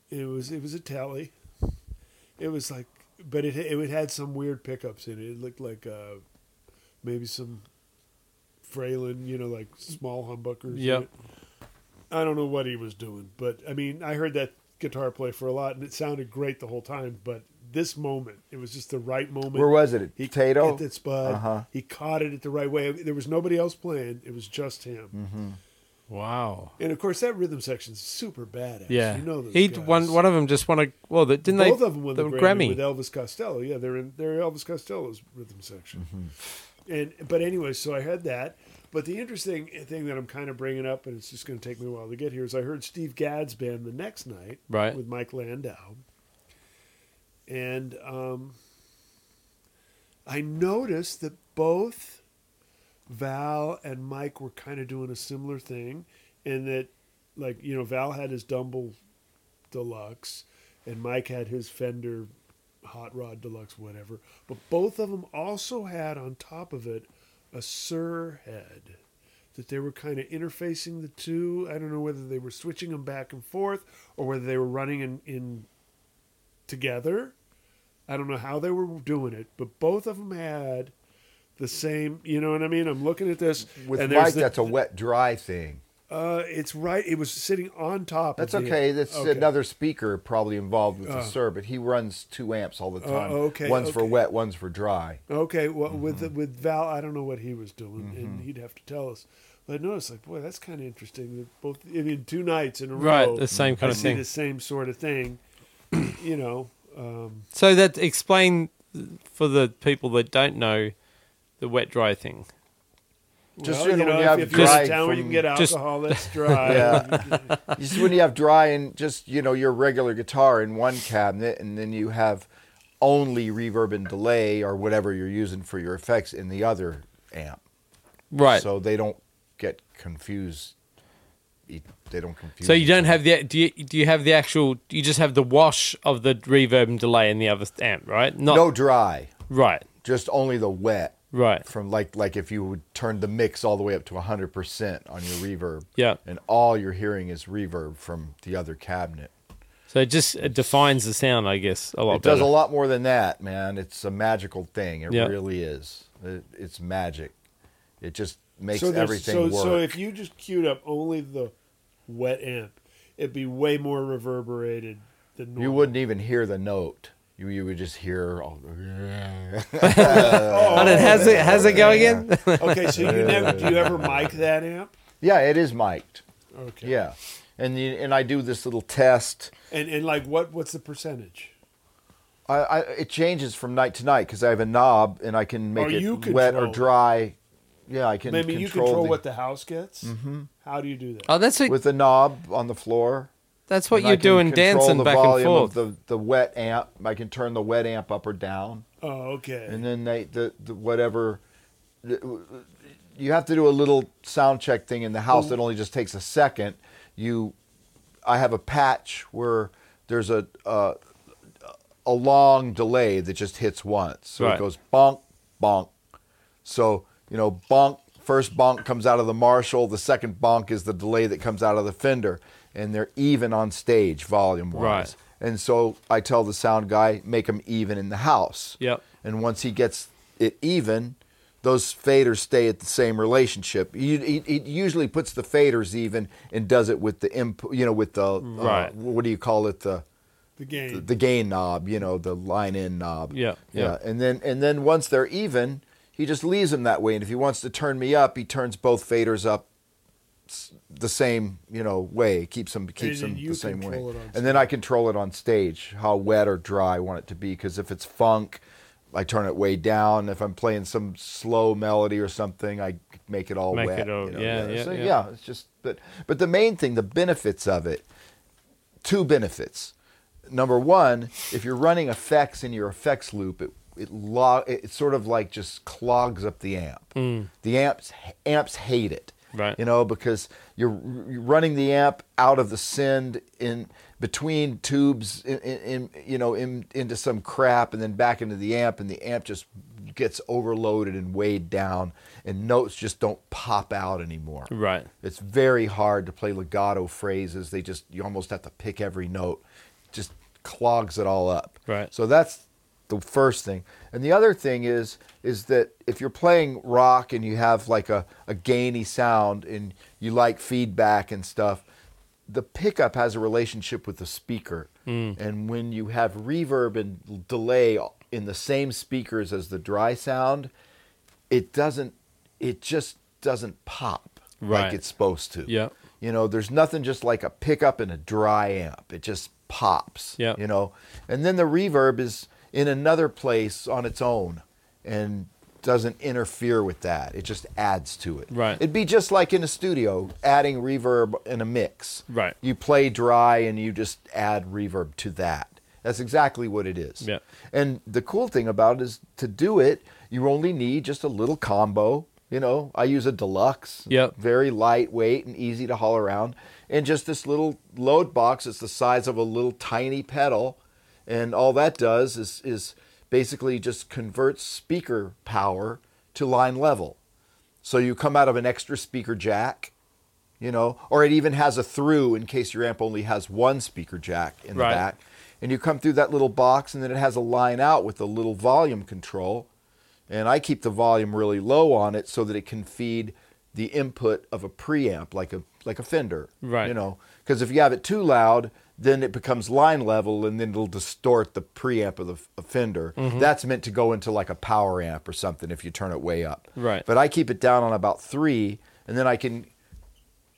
it was it was a tally it was like but it it had some weird pickups in it it looked like uh maybe some Fralin, you know, like small humbuckers. in
Yep.
it. I don't know what he was doing, but I mean, I heard that guitar play for a lot, and it sounded great the whole time. But this moment, it was just the right moment.
Where was it?
He
Potato?
hit that spot.
Uh-huh.
He caught it at the right way. There was nobody else playing. It was just him.
Wow.
And of course, that rhythm section's super badass.
Yeah.
you know those
He
guys.
one one of them just won a well. That didn't
Both
they?
of them won
they
the
were
Grammy, with Elvis Costello. Yeah, they're in they're Elvis Costello's rhythm section. And but anyway, so I had that. But the interesting thing that I'm kind of bringing up, and it's just going to take me a while to get here, is I heard Steve Gadd's band the next night,
Right.
with Mike Landau, and um, I noticed that both Val and Mike were kind of doing a similar thing, and that like you know Val had his Dumble Deluxe, and Mike had his Fender Hot Rod Deluxe, whatever. But both of them also had on top of it a Sir head that they were kind of interfacing the two. I don't know whether they were switching them back and forth or whether they were running in, in together. I don't know how they were doing it, but both of them had the same. You know what I mean? I'm looking at this
With
and there's
Mike,
the-
that's a wet, dry thing.
uh, it's right. It was sitting on top.
That's
of the-
okay. That's
Okay. Uh.
another speaker probably involved with the sir, but he runs two amps all the time.
okay,
one's for
okay.
wet, one's for dry.
Okay, well, with
Mm-hmm.
with Val, I don't know what he was doing, and he'd have to tell us. But I noticed, like, boy, that's kind of interesting. That both, I mean, two nights in a
Right,
row,
the same kind
I
of
see
thing.
the same sort of thing. you know, um,
So that explain for the people that don't know the wet dry thing.
Just,
well,
you
you
know, when you
if,
have
if you're
dry
in a town where you
from-
can get
just- <laughs>
alcohol, that's dry.
Yeah. just when you have dry and just you know your regular guitar in one cabinet, and then you have only reverb and delay or whatever you're using for your effects in the other amp.
Right. So,
So they don't get confused. e- They don't confuse.
you don't have the do you, do you have the actual you just have the wash of the reverb and delay in the other amp, right? Not
no dry,
right.
just only the wet.
Right.
From like like if you would turn the mix all the way up to hundred percent on your reverb.
Yeah.
And all you're hearing is reverb from the other cabinet.
So it just it defines the sound, I guess, a lot
It does
better.
a lot more than that, man. It's a magical thing. It
Yeah.
really is. It, it's magic. It just makes
so there's-
everything
so,
work.
So if you just queued up only the wet amp, it'd be way more reverberated than normal.
you wouldn't even hear the note. You you would just hear all.
And it has it has it go
<laughs>
again?
Oh, Okay, so you never do you ever mic that amp?
Yeah, it is mic'd.
Okay.
<laughs> Yeah, and you, and I do this little test.
And and like what what's the percentage?
I, I it changes from night to night because I have a knob and I can make
Oh,
it
you
wet or
control.
dry. Yeah, I can
Maybe
control,
you control
the-
what the house gets. How do you do that?
Oh, that's what
with the knob on the floor.
that's what
and
you're
I can
doing,
control
dancing
the
back and
volume of
forth.
The the wet amp. I can turn the wet amp up or down.
oh, okay.
and then they the, the whatever you have to do a little sound check thing in the house that only just takes a second you i have a patch where there's a a, a long delay that just hits once so
Right.
it goes bonk bonk so you know bonk first bonk comes out of the marshall the second bonk is the delay that comes out of the fender and they're even on stage volume wise
Right.
and so i tell the sound guy make them even in the house
Yep.
and once he gets it even, those faders stay at the same relationship. He, he, he usually puts the faders even and does it with the input, you know, with the uh,
Right.
what do you call it the
the game.
the, the gain knob, you know, the line in knob.
Yeah, yeah.
And then and then once they're even, he just leaves them that way. And if he wants to turn me up, he turns both faders up s- the same, you know, way. Keeps them keeps
then
them
you
the same way.
control it on
And then I control it on stage, how wet or dry I want it to be. Because if it's funk, I turn it way down. If I'm playing some slow melody or something, I make it all
Make
wet.
it all-
you know,
yeah, yeah,
so,
yeah.
yeah. It's just but but the main thing, the benefits of it two benefits. Number one, if you're running effects in your effects loop, it it, lo- it sort of like just clogs up the amp. The amps amps hate it.
Mm. Right.
You know, because you're, you're running the amp out of the send in between tubes, in, in, in you know, in, into some crap, and then back into the amp, and the amp just gets overloaded and weighed down, and notes just don't pop out anymore.
Right.
It's very hard to play legato phrases. They just you almost have to pick every note. Just clogs it all up.
Right.
So that's the first thing. And the other thing is is that if you're playing rock and you have like a, a gainy sound and you like feedback and stuff, the pickup has a relationship with the speaker.
Hmm.
And when you have reverb and delay in the same speakers as the dry sound, it doesn't it just doesn't pop
Right.
like it's supposed to.
Yeah.
You know, there's nothing just like a pickup in a dry amp. It just pops.
Yeah.
You know. And then the reverb is in another place on its own and doesn't interfere with that. It just adds to it.
Right.
It'd be just like in a studio adding reverb in a mix.
Right.
You play dry and you just add reverb to that. That's exactly what it is.
Yeah.
And the cool thing about it is to do it, you only need just a little combo. You know, I use a deluxe,
Yep.
very lightweight and easy to haul around, and just this little load box. It's the size of a little tiny pedal, and all that does is is basically just converts speaker power to line level. So you come out of an extra speaker jack, you know, or it even has a through in case your amp only has one speaker jack in
Right.
the back. And you come through that little box, and then it has a line out with a little volume control. And I keep the volume really low on it so that it can feed the input of a preamp, like a like a Fender,
Right.
You know, because if you have it too loud, then it becomes line level, and then it'll distort the preamp of the f- of Fender.
Mm-hmm.
That's meant to go into like a power amp or something if you turn it way up.
Right.
But I keep it down on about three, and then I can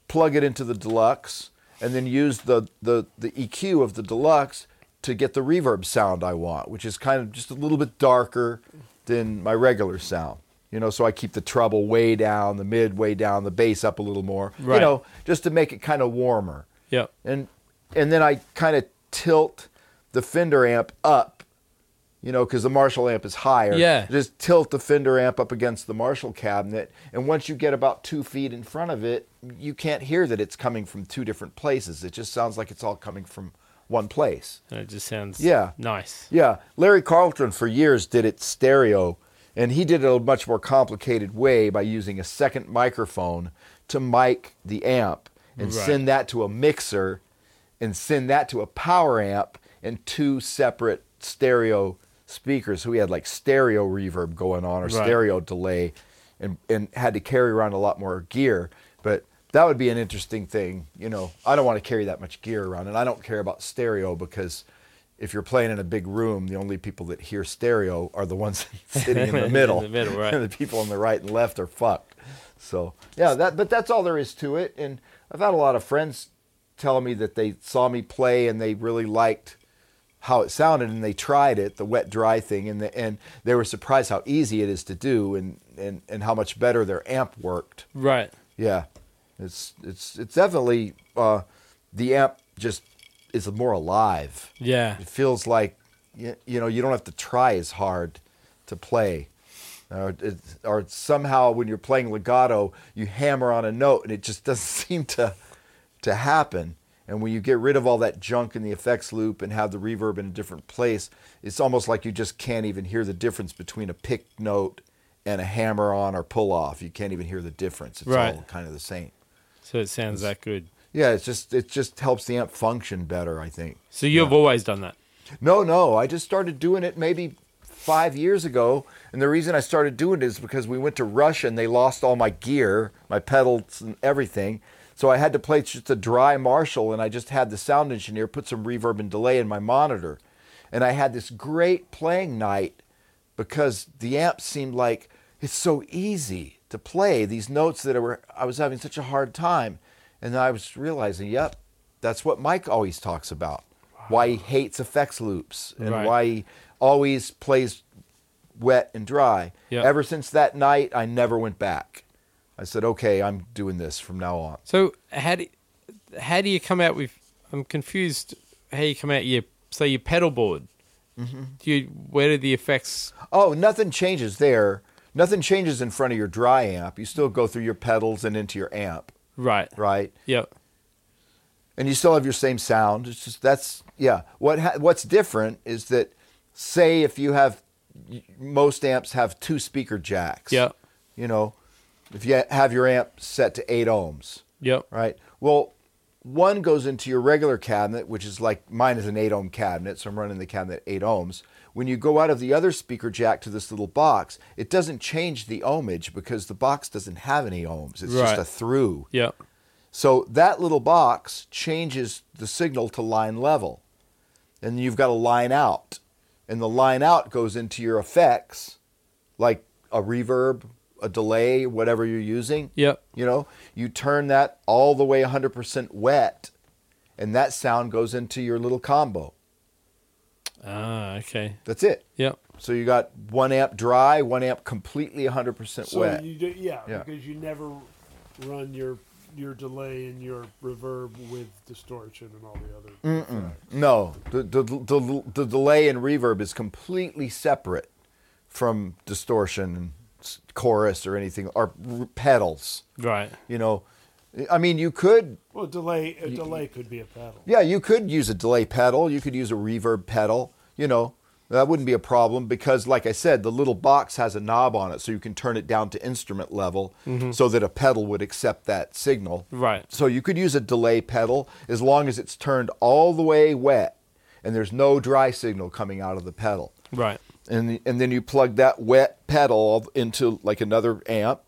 plug it into the deluxe, and then use the the the EQ of the deluxe to get the reverb sound I want, which is kind of just a little bit darker than my regular sound. You know, so I keep the treble way down, the mid way down, the bass up a little more.
Right.
You know, just to make it kind of warmer
Yep.
and and then I kind of tilt the Fender amp up, you know, because the Marshall amp is higher.
Yeah.
Just tilt the Fender amp up against the Marshall cabinet, and once you get about two feet in front of it, you can't hear that it's coming from two different places. It just sounds like it's all coming from one place.
And it just sounds
Yeah.
nice.
Yeah, Larry Carlton for years did it stereo, and he did it a much more complicated way by using a second microphone to mic the amp and
Right.
send that to a mixer and send that to a power amp and two separate stereo speakers. So he had like stereo reverb going on or
Right.
stereo delay and, and had to carry around a lot more gear. But that would be an interesting thing. You know, I don't want to carry that much gear around and I don't care about stereo because if you're playing in a big room, the only people that hear stereo are the ones <laughs> sitting in the
<laughs> In
middle.
the middle, right.
And <laughs> the people on the right and left are fucked. So yeah, that but that's all there is to it. And I've had a lot of friends tell me that they saw me play and they really liked how it sounded and they tried it, the wet dry thing, and the, and they were surprised how easy it is to do and, and, and how much better their amp worked.
Right.
Yeah, it's it's it's definitely uh, the amp just is more alive.
Yeah.
It feels like y- you know you don't have to try as hard to play, or, it, or somehow when you're playing legato, you hammer on a note and it just <laughs> doesn't seem to to happen. And when you get rid of all that junk in the effects loop and have the reverb in a different place, it's almost like you just can't even hear the difference between a pick note and a hammer on or pull off. You can't even hear the difference. It's
Right.
all kind of the same.
So it sounds that good.
Yeah, it's just it just helps the amp function better, I think.
So you've always done that.
No, no. I just started doing it maybe five years ago. And the reason I started doing it is because we went to Russia and they lost all my gear, my pedals and everything. So I had to play just a dry Marshall and I just had the sound engineer put some reverb and delay in my monitor. And I had this great playing night because the amp seemed like it's so easy to play these notes that I were I was having such a hard time. And then I was realizing, yep, that's what Mike always talks about. Why he hates effects loops and
Right.
why he always plays wet and dry.
Yeah.
Ever since that night, I never went back. I said, okay, I'm doing this from now on.
So how do how do you come out with? I'm confused. How you come out? Your say
Mm-hmm.
your pedal board. Do you where do the effects?
Oh, nothing changes there. nothing changes in front of your dry amp. You still go through your pedals and into your amp,
Right.
right?
Yep.
and you still have your same sound. It's just that's yeah. What ha- what's different is that say if you have most amps have two speaker jacks.
Yeah.
You know, if you have your amp set to eight ohms,
Yep.
right? Well, one goes into your regular cabinet, which is like mine is an eight ohm cabinet, so I'm running the cabinet at eight ohms. When you go out of the other speaker jack to this little box, it doesn't change the ohmage because the box doesn't have any ohms. It's
Right.
just a through.
Yep.
So that little box changes the signal to line level. And you've got a line out. And the line out goes into your effects, like a reverb, a delay, whatever you're using.
Yep.
You know, you turn that all the way 100% wet, and that sound goes into your little combo.
Ah, okay.
That's it.
Yep.
So you got one amp dry, one amp completely 100%
So
wet.
you do, yeah,
Yeah.
because you never run your your delay and your reverb with distortion and all the other. effects.
No, the, the, the, the delay and reverb is completely separate from distortion and s- chorus or anything, or r- pedals.
Right.
You know, I mean, you could,
Well, delay a delay could be a pedal.
yeah, you could use a delay pedal, you could use a reverb pedal, you know, that wouldn't be a problem because, like I said, the little box has a knob on it so you can turn it down to instrument level so that a pedal would accept that signal.
Right.
So you could use a delay pedal as long as it's turned all the way wet and there's no dry signal coming out of the pedal.
Right.
And and then you plug that wet pedal into like another amp,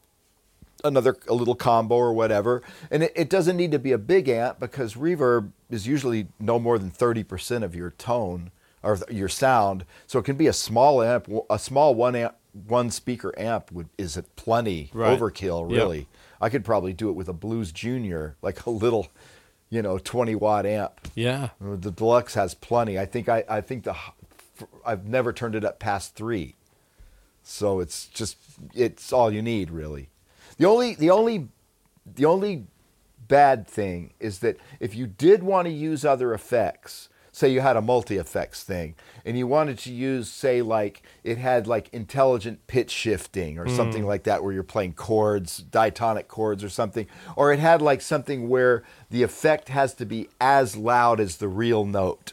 another a little combo or whatever. And it, it doesn't need to be a big amp because reverb is usually no more than 30% of your tone or th- your sound. So it can be a small amp, a small one amp one speaker amp would, is it plenty
Right.
overkill
Yep.
really I could probably do it with a Blues Junior, like a little, you know, 20 watt amp.
Yeah.
Uh, The Deluxe has plenty. I think I, I think the, h- I've never turned it up past three, so it's just it's all you need really. The only the only the only bad thing is that if you did want to use other effects, say you had a multi effects thing, and you wanted to use, say, like it had like intelligent pitch shifting or something like that, where you're playing chords, diatonic chords or something, or it had like something where the effect has to be as loud as the real note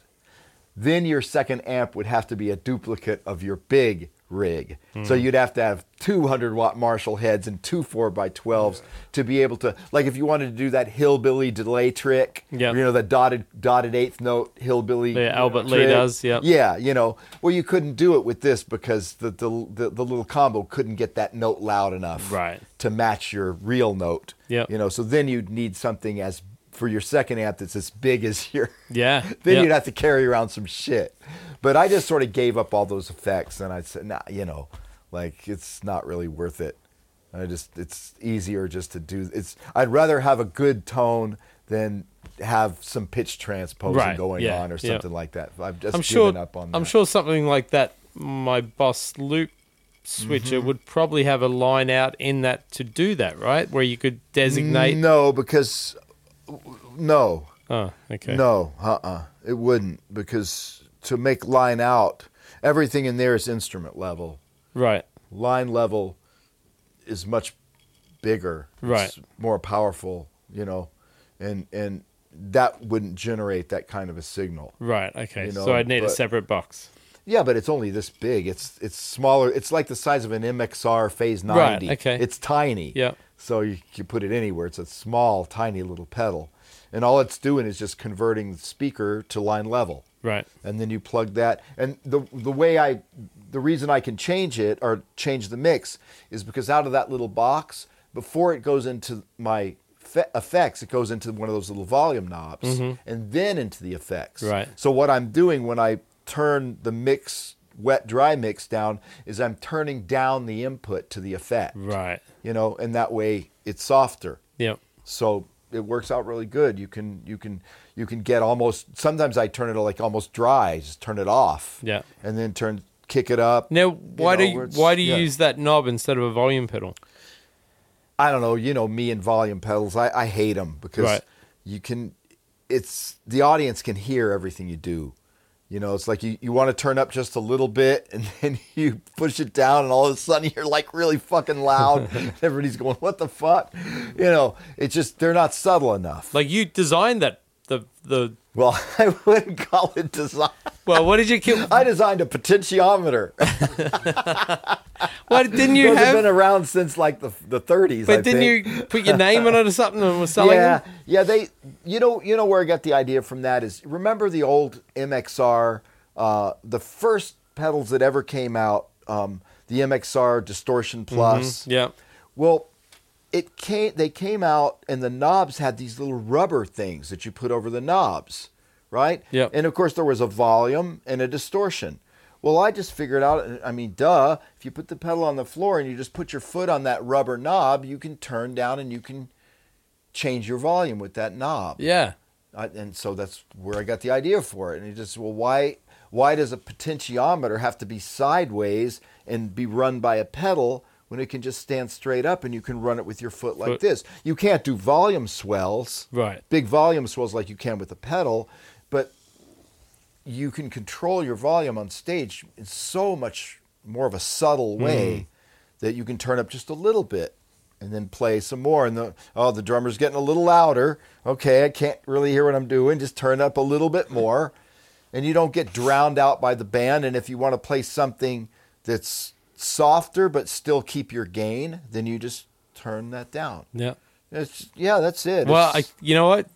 then your second amp would have to be a duplicate of your big rig. So
Hmm.
you'd have to have 200 watt Marshall heads and two 4x12s to be able to, like if you wanted to do that hillbilly delay trick,
Yeah.
you know, the dotted dotted eighth note hillbilly.
Yeah, Albert Lee does, yeah.
Yeah, you know, well, you couldn't do it with this because the, the, the, the little combo couldn't get that note loud enough
Right.
to match your real note.
Yeah.
You know, so then you'd need something as, for your second amp that's as big as <laughs> your
Yeah.
then
yeah.
you'd have to carry around some shit. But I just sort of gave up all those effects, and I said, nah, you know, like it's not really worth it. I just, it's easier just to do. It's I'd rather have a good tone than have some pitch transposing
Right,
going
yeah,
on or
yeah.
something like that. I've just
I'm
given
sure.
up on that.
I'm sure something like that. My boss Luke Switcher
Mm-hmm.
would probably have a line out in that to do that, right? Where you could designate.
No, because no,
Oh, okay.
No, uh uh It wouldn't because to make line out, everything in there is instrument level.
Right.
line level is much bigger,
Right.
It's more powerful, you know, and and that wouldn't generate that kind of a signal.
Right. Okay.
You know,
so I'd need a
but-
separate box.
Yeah, but it's only this big. It's it's smaller. It's like the size of an MXR Phase
Right,
90.
okay.
It's tiny.
Yeah.
So you can put it anywhere. It's a small, tiny little pedal, and all it's doing is just converting the speaker to line level.
Right.
and then you plug that and the the way I the reason I can change it or change the mix is because out of that little box before it goes into my fe- effects it goes into one of those little volume knobs and then into the effects
Mm-hmm. Right.
so what I'm doing when I turn the mix wet dry mix down is I'm turning down the input to the effect
Right.
you know and that way it's softer
Yep.
so it works out really good you can you can you can get almost sometimes i turn it like almost dry just turn it off
Yeah.
and then turn kick it up
Now, why
know,
do you,
where it's-
why do you
yeah.
use that knob instead of a volume pedal?
i don't know you know me and volume pedals i, I hate them because
Right.
you can it's the audience can hear everything you do You know, it's like you, you want to turn up just a little bit <laughs> and then you push it down and all of a sudden you're like really fucking
<laughs>
loud. Everybody's going, What the fuck? You know, it's just they're not subtle enough.
Like you designed that the the
Well, <laughs> I wouldn't call it design.
well, what did you kill?
I designed a potentiometer. <laughs>
What didn't you
Those have
have?
been around since like the the 30s.
but
I
didn't
think.
you put your name on it or something and was selling
yeah,
them?
yeah. They, you know, you know where I got the idea from. That is, remember the old MXR, uh, the first pedals that ever came out, um, the MXR Distortion Plus.
Yeah.
Well, it came. They came out, and the knobs had these little rubber things that you put over the knobs, right?
Yep.
And of course, there was a volume and a distortion. Well, I just figured out. I mean, duh. If you put the pedal on the floor and you just put your foot on that rubber knob, you can turn down and you can change your volume with that knob.
Yeah.
I, and so that's where I got the idea for it. And he just, well, why why does a potentiometer have to be sideways and be run by a pedal when it can just stand straight up and you can run it with your foot like
Foot.
this? You can't do volume swells,
Right.
big volume swells like you can with a pedal, but you can control your volume on stage in so much more of a
Hmm.
subtle way that you can turn up just a little bit and then play some more and the oh the drummer's getting a little louder okay i can't really hear what i'm doing just turn up a little bit more and you don't get drowned out by the band and if you want to play something that's softer but still keep your gain then you just turn that down
Yeah.
it's yeah that's it
Well, I,
It's-
you know what?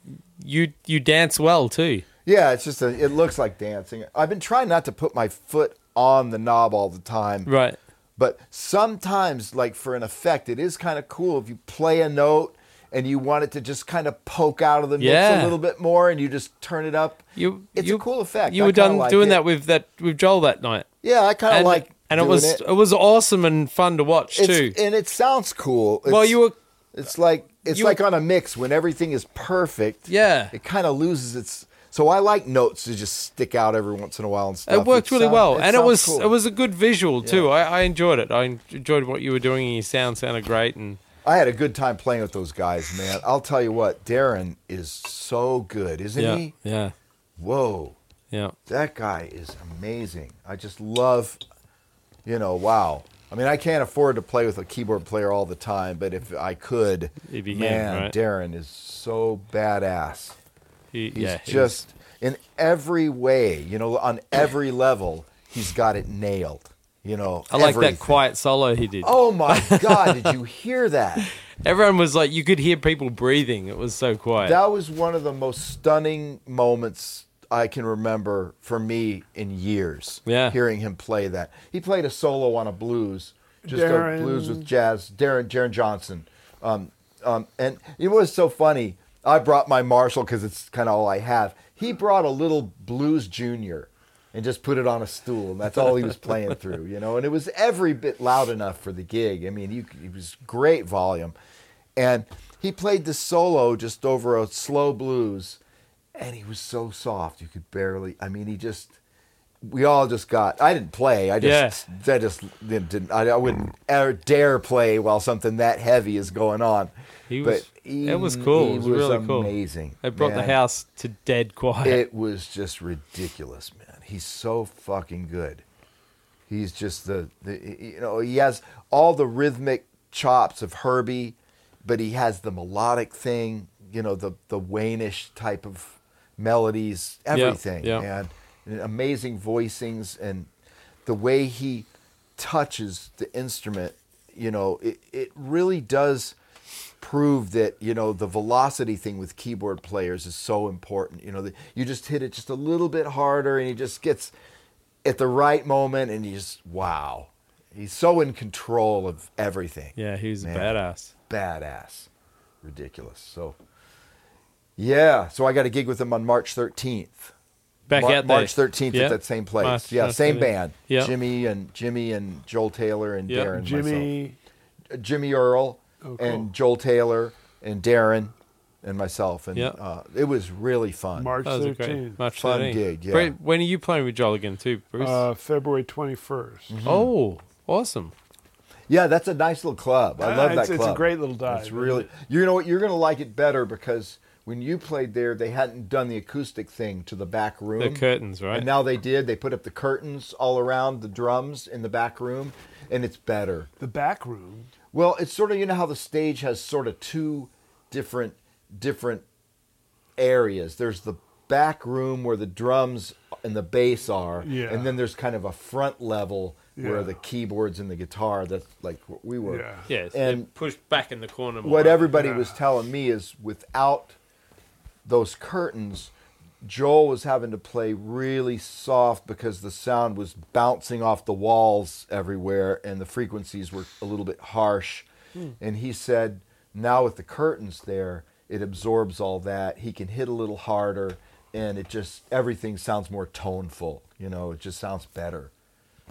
You you dance well too.
yeah, it's just a, it looks like dancing. I've been trying not to put my foot on the knob all the time.
Right.
But sometimes like for an effect it is kind of cool if you play a note and you want it to just kind of poke out of the mix a
Yeah.
little bit more and you just turn it up.
You
It's a
you,
cool effect.
You
I
were
kinda
done
like
doing
it.
that with that with Joel that night.
Yeah, I kind of
And,
like
and it
doing
was
it,
it. was awesome and fun to watch
It's-
too.
and it sounds cool.
well,
It's-
you were
It's like it's
You-
like on a mix when everything is perfect.
Yeah.
it kind of loses its. So I like notes to just stick out every once in a while and stuff.
it worked really
sound-
well, and it
sounds
was
cool.
it was a good visual too. I, I enjoyed it. I enjoyed what you were doing, and your sound sounded great. And
I had a good time playing with those guys, man. I'll tell you what, Darren is so good, isn't
yeah,
he?
yeah,
Whoa,
yeah.
that guy is amazing. I just love, you know, wow. I mean, I can't afford to play with a keyboard player all the time, but if I could,
If you can,
man,
right?
Darren is so badass.
He-
He's
yeah, he was-
just in every way, you know, on every level, he's got it nailed. You know,
I like
everything.
that quiet solo he did.
Oh
<laughs>
my God! Did you hear that?
Everyone was like, you could hear people breathing. It was so quiet.
That was one of the most stunning moments I can remember for me in years.
Yeah.
hearing him play that. He played a solo on a blues, just
Darren.
a blues with jazz. Darren, Darren Johnson. Um, um, and it was so funny. I brought my Marshall because it's kind of all I have. He brought a little blues junior. And just put it on a stool, and that's all he was playing through, you know. And it was every bit loud enough for the gig. I mean, you, it was great volume, and he played the solo just over a slow blues, and he was so soft you could barely. I mean, he just. We all just got. I didn't play. I just. I just didn't. didn't- I, I wouldn't ever dare play while something that heavy is going on.
He
But
was- it was cool.
He
It was
was
really cool.
amazing.
it brought the
man.
house to dead quiet.
It was just ridiculous, man. He's so fucking good. He's just the, the you know he has all the rhythmic chops of Herbie, but he has the melodic thing, you know the the Waynish type of melodies, everything,
yeah.
man. And amazing voicings and the way he touches the instrument, you know, it, it really does prove that you know the velocity thing with keyboard players is so important. You know, that you just hit it just a little bit harder, and he just gets at the right moment, and you just wow, he's so in control of everything.
<laughs> yeah, he was a
Man.
badass.
Badass, ridiculous. So, yeah. So I got a gig with him on March thirteenth.
Back
Mar-
out there.
March thirteenth
Yeah.
at that same place.
March-
yeah,
March
same
13th.
band.
Yeah.
Jimmy and Jimmy and Joel Taylor and
Yeah.
Darren. and myself. Uh,
Jimmy.
Jimmy Earl
Oh, cool.
and Joel Taylor and Darren and myself, and
Yeah.
uh, it was really fun.
March
That was a great
13th.
March
Fun
13th.
gig, yeah. Um,
Bre- When are you playing with Joel again too, Bruce?
Uh, February 21st.
oh, awesome.
Yeah, that's a nice little club. I love
Uh,
Ah,
it's-
that
it's a
club.
great little dive,
It's
isn't
really
it?
you know what you're gonna like it better because when you played there, they hadn't done the acoustic thing to the back room.
The curtains, right?
And now they did. They put up the curtains all around the drums in the back room, and it's better.
The back room.
Well, it's sort of you know how the stage has sort of two different different areas. There's the back room where the drums and the bass are,
Yeah.
and then there's kind of a front level
Yeah.
where the keyboards and the guitar. That's like what we were.
Yeah.
yes,
and-
pushed back in the corner. More
What everybody
Yeah.
was telling me is without those curtains, Joel was having to play really soft because the sound was bouncing off the walls everywhere and the frequencies were a little bit harsh. And he said, now with the curtains there, it absorbs all that. He can hit a little harder and it just, everything sounds more toneful. You know, it just sounds better.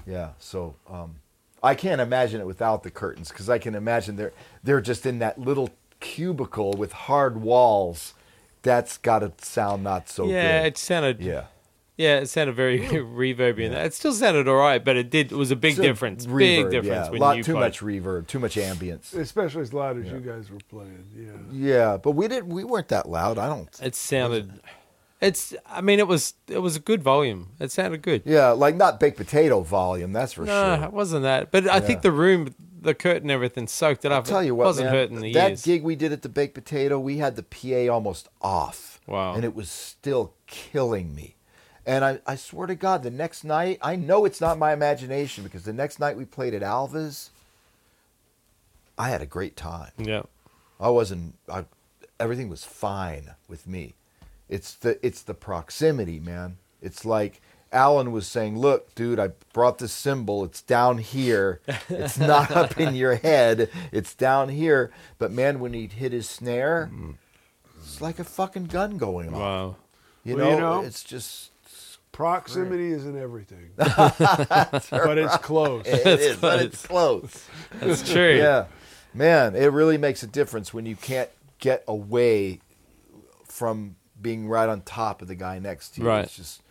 Yeah. So, um, I can't imagine it without the curtains because I can imagine they're they're just in that little cubicle with hard walls. That's got to sound not so
yeah,
good.
it sounded. Yeah.
yeah,
it sounded very <laughs> reverby in that. It still sounded all right, but it did. It was a big
It's a
difference. big
reverb,
difference
Yeah,
when
a lot
you
too
played.
much reverb, too much ambience.
Especially as loud as you guys were playing. Yeah.
Yeah, but we didn't. We weren't that loud. I don't.
It sounded. It's. I mean, it was. It was a good volume. It sounded good.
Yeah, like not baked potato volume. That's for
no,
sure.
it wasn't that. But I think the room, the curtain, everything soaked it up.
Tell you
it
what,
wasn't
man,
hurting the
that
ears.
gig we did at the Baked Potato, we had the PA almost off.
Wow.
And it was still killing me. And I, I swear to God, the next night, I know it's not my imagination because the next night we played at Alva's, I had a great time.
yeah.
I wasn't. I, everything was fine with me. It's the it's the proximity, man. It's like Alan was saying, "Look, dude, I brought this symbol. It's down here. It's not up
<laughs>
in your head. It's down here." But man, when he'd hit his snare,
Mm.
it's like a fucking gun going off. <laughs>
Wow.
You,
Well,
know?
you know-
it's
<laughs>
just.
Proximity isn't <laughs> everything. but it's close.
It is, but it's close.
That's true.
yeah man it really makes a difference when you can't get away from being right on top of the guy next to you
Right.
it's just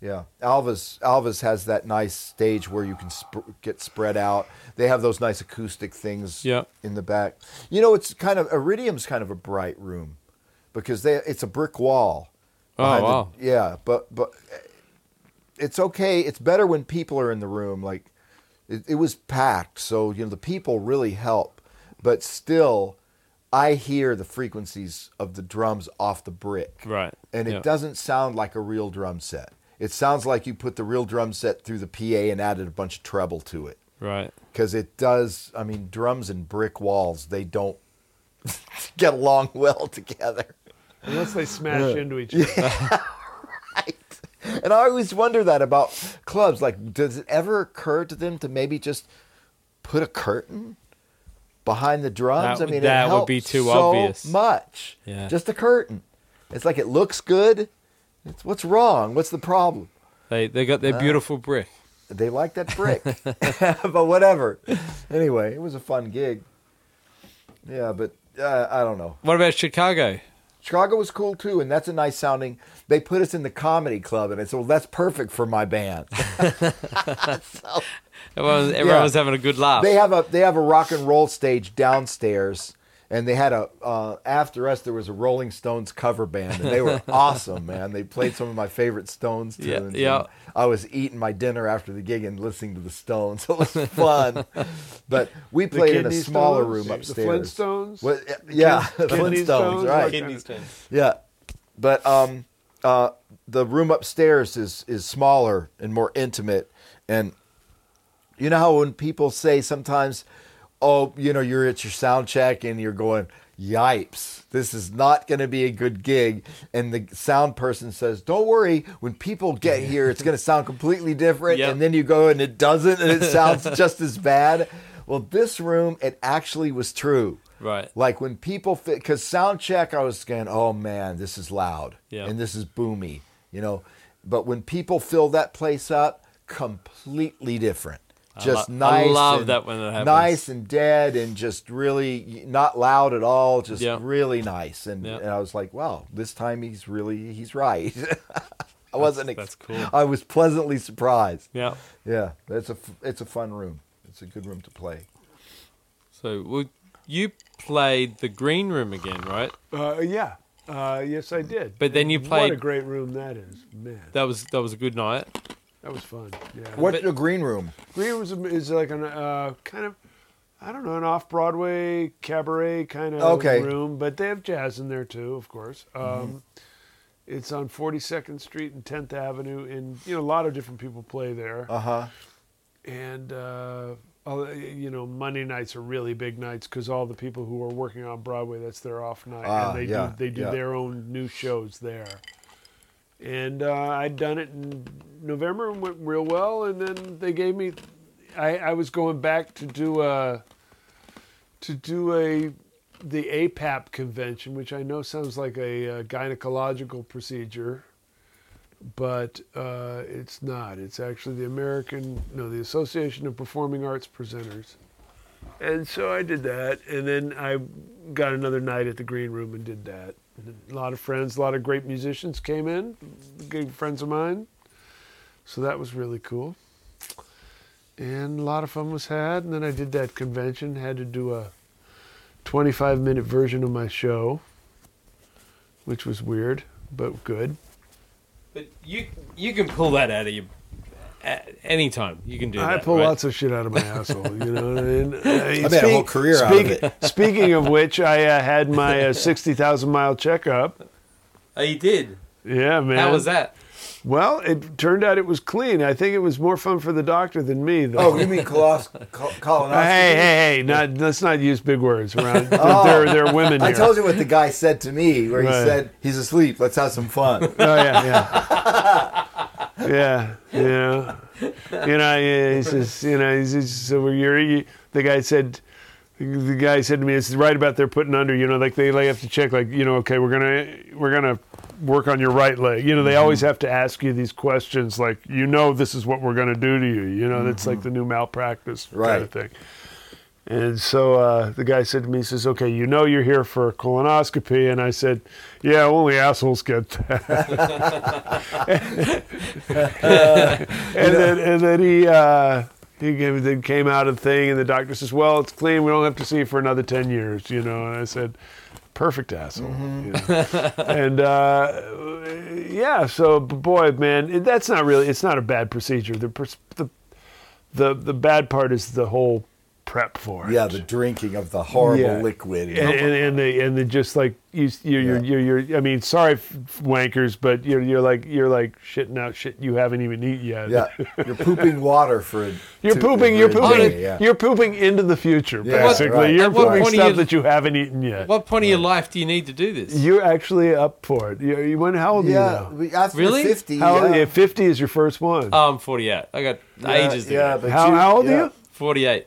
yeah alva's alva's has that nice stage where you can sp- get spread out they have those nice acoustic things
Yeah.
in the back you know it's kind of iridium's kind of a bright room because they it's a brick wall
Oh,
behind the- <laughs>
wow.
yeah but but it's okay. It's better when people are in the room. Like it, it was packed, so you know the people really help. But still, I hear the frequencies of the drums off the brick,
Right.
and it
Yeah.
doesn't sound like a real drum set. It sounds like you put the real drum set through the PA and added a bunch of treble to it.
Right.
Because it does, I mean, drums and brick walls, they don't <laughs> get along well <laughs> together.
Unless
Uh,
they smash into each other.
right. And I always wonder that about clubs. Like, does it ever occur to them to maybe just put a curtain behind the drums?
That-
I mean,
that
it
would be
helps
too
so
obvious.
Much.
Yeah.
Just a curtain. It's like it looks good. It's what's wrong. What's the problem?
They they got their beautiful brick.
They like that
<laughs>
brick, <laughs> but whatever. Anyway, it was a fun gig. Yeah, but uh, I don't know.
What about Chicago?
Chicago was cool too, and that's a nice sounding. They put us in the comedy club, and I said, "Well, that's perfect for my band."
Everyone, everyone
Yeah.
was having a good laugh.
they have a they have a rock and roll stage downstairs, and they had a uh, after us there was a Rolling Stones cover band, and they
<laughs>
were awesome, man. They played some of my favorite Stones
Yeah,
tunes.
yeah.
and I was eating my dinner after the gig and listening to the Stones. <laughs> It was fun, but we
The
played in a
Kidney
smaller
Stones,
room upstairs.
The Flintstones.
Well, yeah,
Kid- Kidney
Flintstones,
Stones,
right?
like-
Yeah, but um, uh, the room upstairs is is smaller and more intimate, and you know how when people say sometimes, "Oh, you know, you're at your sound check and you're going." Yipes, this is not going to be a good gig. And the sound person says, Don't worry, when people get here, it's going to sound completely different.
Yep.
And then you go and it doesn't, and it
<laughs>
sounds just as bad. Well, this room, it actually was true.
Right.
Like when people fit, because sound check, I was going, oh man, this is loud
Yeah.
and this is boomy, you know. But when people fill that place up, completely different. Just
lo- I
nice.
love
and-
that when it happens.
Nice and dead and just really not loud at all. Just
Yeah.
really nice. And,
Yeah.
and I was like, wow, this time he's really, he's right. <laughs> I wasn't. ex-
that's cool.
I was pleasantly surprised.
Yeah.
Yeah, that's a f- it's a fun room. It's a good room to play.
So well, you played the green room again, right?
Uh, yeah.
Uh, yes, I did.
But then you
What a
played-
great room that is, man.
That was that was a good night.
That was fun. Yeah.
What's
But-
the green room?
Green Room is, is like an uh, kind of, I don't know, an off Broadway cabaret kind of
Okay. Mm-hmm.
room, but they have jazz in there too, of course. Um, It's on 42nd Street and 10th Avenue, and you know a lot of different people play there.
Uh huh.
and uh, all- you know Monday nights are really big nights because all the people who are working on Broadway that's their off night,
Ah,
and they
yeah,
do they do
yeah.
their own new shows there. And uh, I'd done it in November and went real well, and then they gave me. I, I was going back to do a to do a the APAP convention, which I know sounds like a, uh gynecological procedure, but uh, it's not. It's actually the American, no, the Association of Performing Arts Presenters. And so I did that, and then I got another night at the Green Room and did that. And A lot of friends, a lot of great musicians came in, good friends of mine. So that was really cool. And a lot of fun was had. And then I did that convention, had to do a 25 minute version of my show, which was weird, but good.
But you you can pull that out of you at any time. You can do
I
that.
pull
right?
lots of shit out of my asshole. You know what I mean?
<laughs>
I
made a whole career out of <laughs>
Speaking of which, I uh, had my uh, sixty thousand mile checkup.
Oh, you did.
Yeah, man.
How was that?
Well, it turned out it was clean. I think it was more fun for the doctor than me, though.
Oh, you mean colos- col- colonoscopy?
<laughs> Hey, hey, hey! Not let's not use big words
<laughs>
around. There, there are women here.
Oh, I told you what the guy said to me, where he
Right.
said, "He's asleep. Let's have some
<laughs>
fun."
Oh yeah, yeah, yeah. You know, you know. Yeah, he says, you know, he's, he's so we're- you're, you, the guy said. The guy said to me, "It's right about they're putting under. You know, like they like, have to check. Like, you know, okay, we're gonna we're gonna work on your right leg. You know, they always have to ask you these questions. Like, you know, this is what we're gonna do to you. You know, that's like the new malpractice kind
Right.
of thing. And so uh, the guy said to me, he says, okay, you know you're here for a colonoscopy. And I said, yeah, only assholes get that. and, then, and then he, uh, he gave, then came out of the thing, and the doctor says, well, it's clean. We don't have to see you for another 10 years, you know. And I said, perfect asshole. you
Mm-hmm.
know. and uh, yeah, so, but boy, man, that's not really, it's not a bad procedure. The, pers- the, the, the bad part is the whole prep for it
yeah, the drinking of the horrible
Yeah.
liquid.
and, and, and they and they just like you you're, you're, you're, you're I mean sorry f- f- wankers but you're you're like you're like shitting out shit you haven't even eaten yet
yeah, you're pooping water for.
you're
to-
pooping you're
for a
pooping
day, yeah.
you're pooping into the future
Yeah,
basically
right,
you're
At what
pooping
point are
stuff
you-
that you haven't eaten yet
What point of your life do you need to do this?
you're actually up for it you, you when how old
yeah,
are you now
we- after
Really?
fifty.
how old
yeah.
are you? 50 is your first one
Oh, I'm 48. I got
Yeah,
ages.
Yeah,
Yeah.
but
how,
you-
how old
yeah.
are you
48.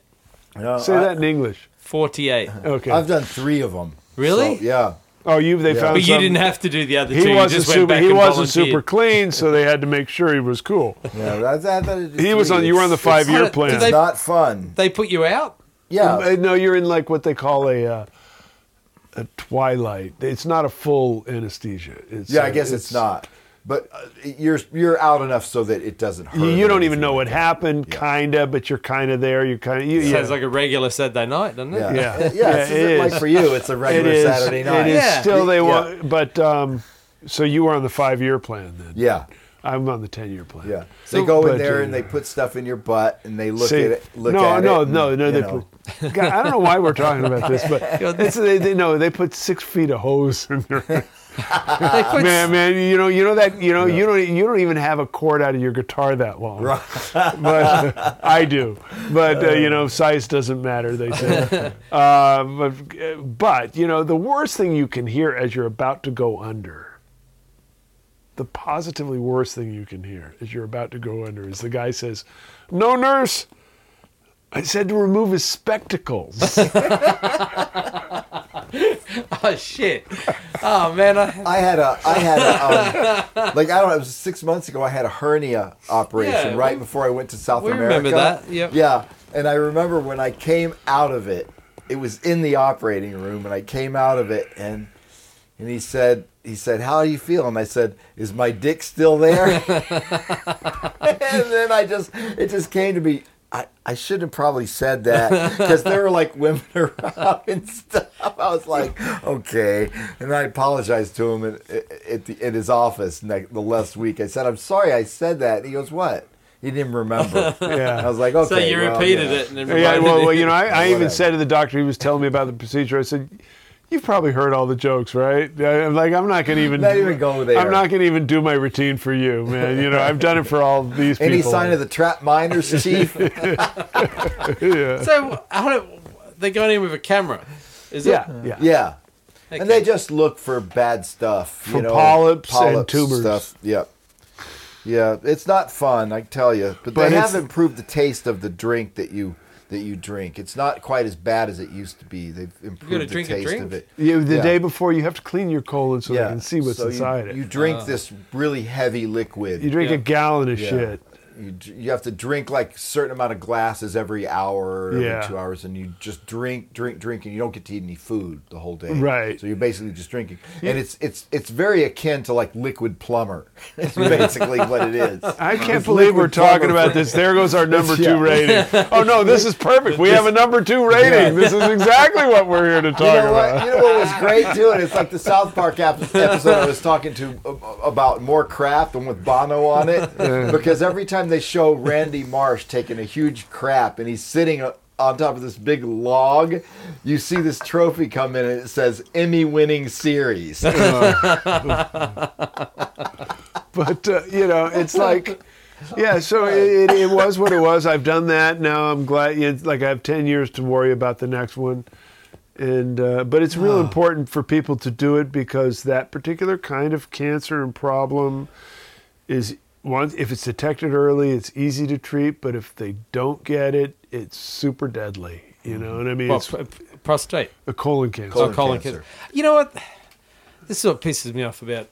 No,
say
I-
that in English <laughs>
48.
okay
I've done three of them.
Really?
yeah.
oh you they
Yeah.
found
But you
some-
didn't have to do the other two.
he
You
wasn't
just went
super
back
he
and
wasn't
volunteered.
super clean so they had to make sure he
<laughs>
was cool
Yeah, that's, that,
He was on. You were on the
How
five-year
did-
plan.
did they-
not fun.
They put you out?
Yeah,
Uh, no, you're in like what they call a uh, a twilight. It's not a full anesthesia. It's,
yeah.
uh,
I guess it's not, but uh, you're you're out enough so that it doesn't hurt.
You, you
or
don't even
anything.
know what happened, kinda, but you're kinda there. You're kinda. You, yeah.
Sounds like a regular Saturday night, doesn't it?
Yeah,
Yeah.
yeah.
Yeah,
it's
it
isn't like
is.
for you, it's a
it
regular
is.
Saturday night.
It is
Yeah.
still they
Yeah.
want, but um, so you were on the five-year plan then.
Yeah,
I'm on the ten-year plan.
yeah. they go in
but,
there
uh,
and they put stuff in your butt and they look
See,
at it. Look
no,
at
no,
it and,
no, no,
you
they
know.
put, God, I don't know why we're talking about this,
<laughs>
but it's, they, they, no, they put six feet of hose in there.
They put-
<laughs> man, man, you know, you know that, you know, you don't, you don't even have a chord out of your guitar that long. Right. <laughs> but uh, I do. But uh, you know, size doesn't matter. They <laughs> say. uh, but, but you know, the worst thing you can hear as you're about to go under. The positively worst thing you can hear as you're about to go under is the guy says, "No nurse." I said to remove his
<laughs>
spectacles. <laughs>
Oh, shit. Oh, man.
<laughs>
I,
I had a, I had a,
<laughs>
um, like I don't know, it was six months ago. I had a hernia operation
Yeah,
right
we-
before I went to South
we
America.
remember that, yep.
Yeah, and I remember when I came out of it, it was in the operating room, and I came out of it, and and he said, he said, "How do you feel?" And I said, "Is <laughs>
<laughs>
my dick still there?" and then I just, it just came to me. I, I should have probably said that because there were like women <laughs> around and stuff. I was like, okay. And I apologized to him at, at, the, at his office ne- the last week. I said, I'm sorry I said that. And he goes, what? He didn't remember.
<laughs> Yeah.
I was like, okay.
so you
well,
repeated
yeah.
it and then
Yeah,
reminded
well, well,
me.
<laughs>
you know, I, I even
Whatever.
said to the doctor, he was telling me about the procedure. I said, "You've probably heard all the jokes, right?" I- I'm like, "I'm not going to even
Not even go there.
I'm not going to even do my routine for you, man. You know, I've done it for all these
Any
people.
sign of the trap
<laughs>
miners, chief?
so how do, they got in with a camera? Is
yeah,
it?
yeah,
yeah. And they
Okay.
just look for bad stuff.
For
you know,
polyps and tumors.
Yep. Yeah, it's not fun, I tell you. But,
But
they
it's-
have improved the taste of the drink that you that you drink. It's not quite as bad as it used to be. They've improved the
drink a
taste
drink?
of it.
You, the
Yeah.
day before, you have to clean your colon so they can see what's
So you-
inside it.
You
Ah.
drink this really heavy liquid.
You drink
Yeah.
a gallon of
Yeah.
shit.
You, dr- you have to drink like a certain amount of glasses every hour, every
Yeah.
two hours, and you just drink, drink, drink, and you don't get to eat any food the whole day.
Right.
So you're basically just drinking, and it's it's it's very akin to like liquid plumber. <laughs> It's basically what it is.
<laughs> I can't
It's
believe we're
liquid
talking
plumber
about
for-
this. There
<laughs>
goes our number
Yeah.
two rating. Oh no, this is perfect. We have a number two
<laughs>
rating.
Yeah.
This is exactly what we're here to talk
You know
about.
what? You know what was great too, and it's like the South Park ep- episode I was talking to a- about more crap and with Bono on it, because every time they show Randy Marsh taking a huge crap and he's sitting o- on top of this big log, you see this trophy come in and it says Emmy winning series.
<laughs> but uh, you know, it's like, yeah. So it, it, it was what it was. I've done that. Now I'm glad. It's like I have ten years to worry about the next one, and uh, but it's real important for people to do it because that particular kind of cancer and problem is once if it's detected early, it's easy to treat. But if they don't get it, it's super deadly. You know what I mean?
Well,
it's
pr- pr- prostate.
a colon cancer.
Colon
oh, colon
cancer.
cancer. You know what? This is what pisses me off about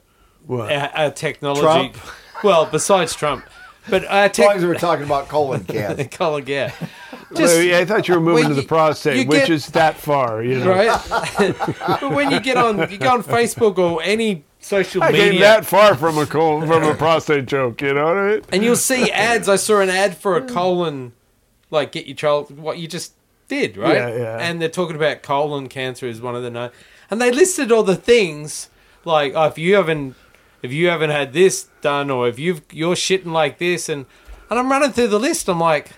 What?
our, our technology.
Trump?
Well, besides Trump, but our
As long as
tech- <laughs>
we're talking about colon cancer.
colon, yeah.
Well, I thought you were moving
Uh, Well,
to the
you-
prostate,
you
which
get-
is that far. You know.
right? <laughs> but when you get on, you go on Facebook or any social
I
media,
came that far from a
<laughs>
col- from a prostate joke. You know what I mean?
and
<laughs>
you'll see ads. I saw an ad for a colon, like get your child. What you just did, right?
Yeah, yeah.
And they're talking about colon cancer is one of the no, and they listed all the things like oh, if you haven't if you haven't had this done or if you've you're shitting like this and and I'm running through the list. I'm like,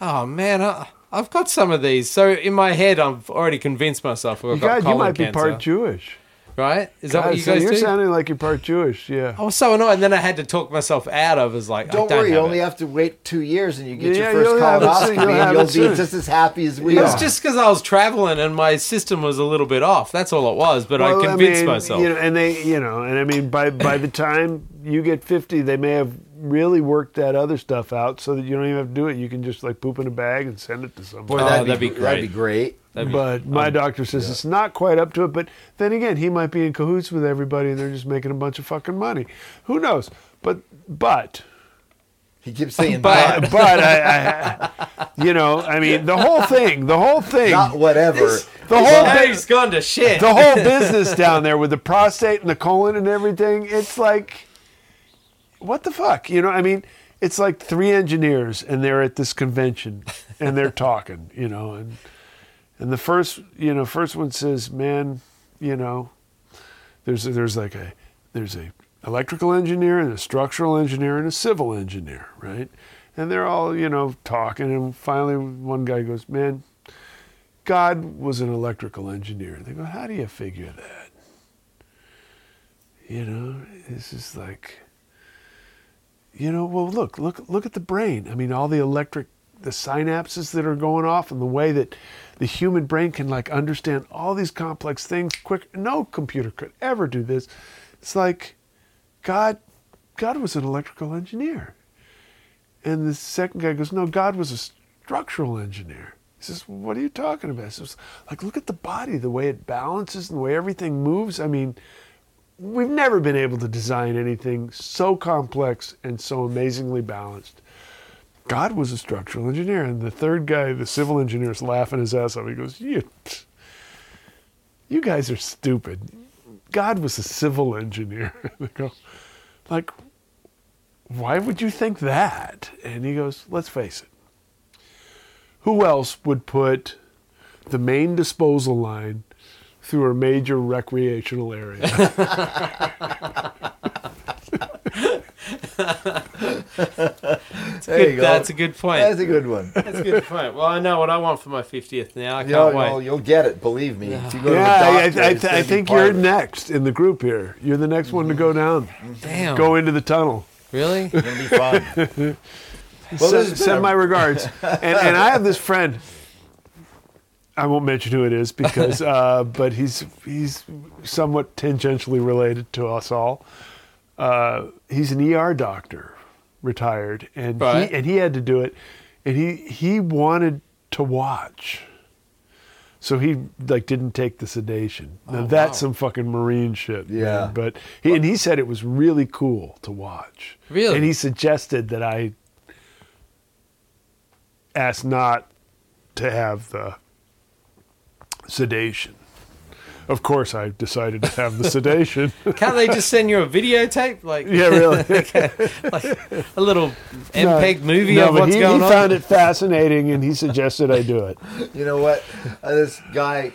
oh man. I, I've got some of these, so in my head, I've already convinced myself. I've got
God,
colon
you might be
cancer,
part Jewish.
right? Is that what
God,
you
so
guys
you're
do?
sounding like you're part Jewish. Yeah.
I was so annoyed. And then I had to talk myself out of. Is like,
Don't,
I don't
worry, you
have
only
it.
have to wait two years and you get
Yeah,
your first
you'll have it soon,
colonoscopy
you'll have
and you'll
it
be
soon.
just as happy as we
It was
are.
just because I was traveling and my system was a little bit off. That's all it was. But
Well,
I convinced
mean,
myself.
You know, and they, you know, and I mean, by by the time you get 50, they may have really worked that other stuff out, so that you don't even have to do it. You can just like poop in a bag and send it to somebody.
Boy, Oh, that'd be
That'd be great.
That'd be- <laughs> um,
but my doctor says it's not quite up to it. But then again, he might be in cahoots with everybody, and they're just making a bunch of fucking money. Who knows? But but
He keeps saying <laughs>
But-
that.
Uh, but I, I, you know, I mean, the whole thing, the whole thing, <laughs>
Not whatever.
the whole
Now
bu-
he's gone to <laughs> shit.
the whole business down there with the prostate and the colon and everything. It's like, what the fuck? You know, I mean, it's like three engineers and they're at this convention and they're talking, you know, and and the first, you know, first one says, "Man, you know, there's there's like a there's a electrical engineer and a structural engineer and a civil engineer, right?" And they're all, you know, talking and finally one guy goes, "Man, God was an electrical engineer. They go, how do you figure that? You know, this is like, you know, well, look, look, look at the brain. I mean, all the electric, the synapses that are going off, and the way that the human brain can like understand all these complex things quick. No computer could ever do this. It's like, God, God was an electrical engineer. And the second guy goes, No, God was a structural engineer. He says, well, What are you talking about? He says, Like, look at the body, the way it balances and the way everything moves. I mean, we've never been able to design anything so complex and so amazingly balanced. God was a structural engineer. And the third guy, the civil engineer, is laughing his ass off. He goes, You, you guys are stupid. God was a civil engineer. <laughs> they go, like, why would you think that? And he goes, let's face it. who else would put the main disposal line through a major recreational <laughs> area?
There you go.
That's a good point.
That's a good
<laughs>
one.
That's a good point. Well, I know what I want for my 50th now. I can't
You know,
wait.
you'll, you'll get it. Believe me. If you go to the
yeah,
doctor,
I, I,
it's gonna
I
be
think
part
you're
of it.
next in the group here. You're the next one to go down,
Damn.
go into the tunnel.
Really?
It's gonna be fun. well, this has
send,
been
send
a- <laughs>
my regards. and, and I have this friend. I won't mention who it is
<laughs>
because, uh, but he's he's somewhat tangentially related to us all. Uh, he's an ER doctor, retired, and
Right.
he, and he had to do it, and he he wanted to watch. So he like didn't take the sedation. Now that's some fucking marine shit. man.
Oh, Yeah.
but he and he said it was really cool to watch.
Really?
and he suggested that I asked not to have the sedation. Of course, I decided to have
<laughs>
the sedation.
<laughs> Can't they just send you a videotape? Like,
yeah, <laughs> really.
like a little MPEG movie
No,
of
but
what's
he,
going
he
on?
found it fascinating, and he suggested I do
<laughs>
it.
You know what? Uh, this guy,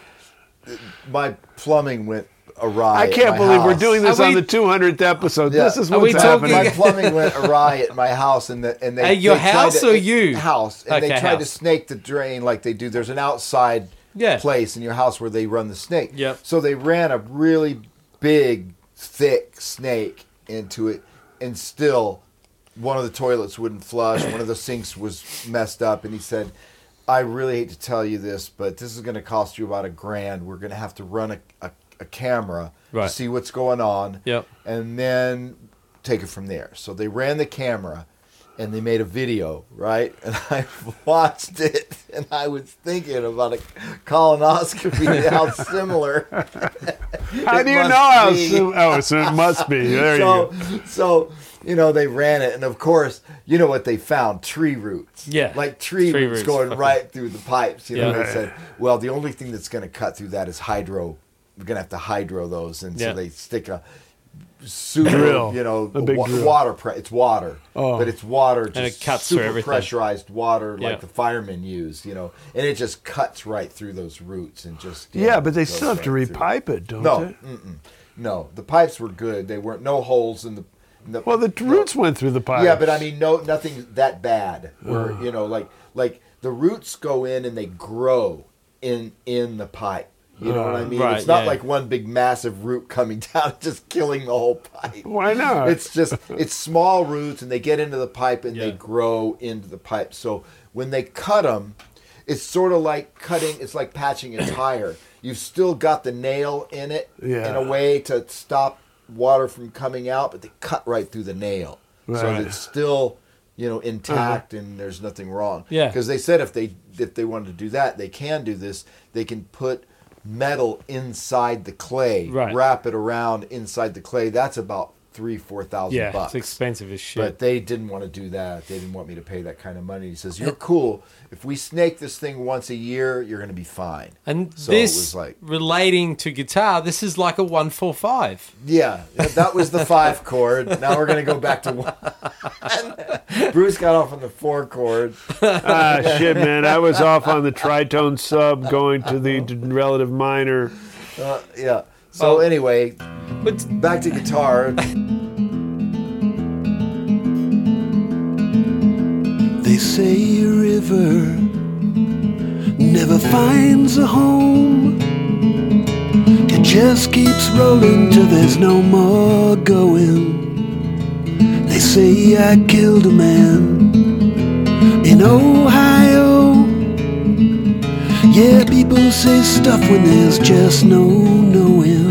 my plumbing went awry.
I
at
can't
my
believe we're
house.
doing this
Are
on
we-
the 200th episode.
Yeah.
This is
Are we
what's happening.
My plumbing went awry at my house, and the, and they
At your
they tried
house
to-
or you?
house, and they
Okay,
tried to
house.
snake the drain like they do. There's an outside
Yeah.
place in your house where they run the snake.
Yep.
So they ran a really big, thick snake into it, and still, one of the toilets wouldn't flush. one of the sinks was messed up, and he said. I really hate to tell you this, but this is going to cost you about a grand. We're going to have to run a, a, a camera
Right.
to see what's going on
Yep.
and then take it from there. So they ran the camera and they made a video, right? And <laughs> I watched it and I was thinking about a
<laughs>
colonoscopy, how similar.
How
It
do you know
must
how?
be. <laughs>
soon- Oh, so it must be. There you
so,
go.
so, you know, they ran it. And of course, you know what they found? Tree roots.
Yeah.
Like tree,
Tree
roots,
roots,
going
fucking-
right through the pipes. You know,
Yeah.
they said, well, the only thing that's going to cut through that is hydro. We're going to have to hydro those. And
Yeah.
so they stick a super,
Drill.
you know,
A big
wa-
drill.
water. Pre- it's water.
Oh.
But it's water. Just
And it cuts through
super
everything.
pressurized water like
Yeah.
the firemen use, you know. And it just cuts right through those roots and just. you
Yeah,
know,
but they
goes
still have to
right through.
repipe it, don't
No,
they?
mm-mm. no. The pipes were good. They weren't no holes in the. in
Well, the roots went through the pipe.
Yeah, but I mean, no, nothing that bad. Where you know, like like the roots go in and they grow in in the pipe. You know what I mean?
Right,
it's not
yeah.
like one big massive root coming <laughs> down and just killing the whole pipe.
Why not?
It's just it's small roots and they get into the pipe and they
Yeah.
grow into the pipe. So when they cut them, it's sort of like cutting. It's like patching a tire. You've still got the nail in it in
Yeah.
a way to stop water from coming out, but they cut right through the nail, so
Right.
it's still you know intact and there's nothing wrong.
Uh-huh. Yeah.
because they said if they if they wanted to do that, they can do this. They can put metal inside the clay
Right.
wrap it around inside the clay. That's about three, four thousand
yeah,
bucks.
it's expensive as shit.
But they didn't want to do that. They didn't want me to pay that kind of money. He says, "You're cool. If we snake this thing once a year, you're going to be fine."
and
So it
this
was like-
relating to guitar, this is like a one four five.
Yeah, that was the five chord. Now we're going to go back to <laughs> one. Bruce got off on the four chord.
ah, shit, man. I was off on the tritone sub going to the d- relative minor.
Uh, yeah. So
Oh.
anyway,
But
back to guitar.
They say a river never finds a home. It just keeps rolling till there's no more going. They say I killed a man in Ohio. Yeah, people say stuff when there's just no knowing.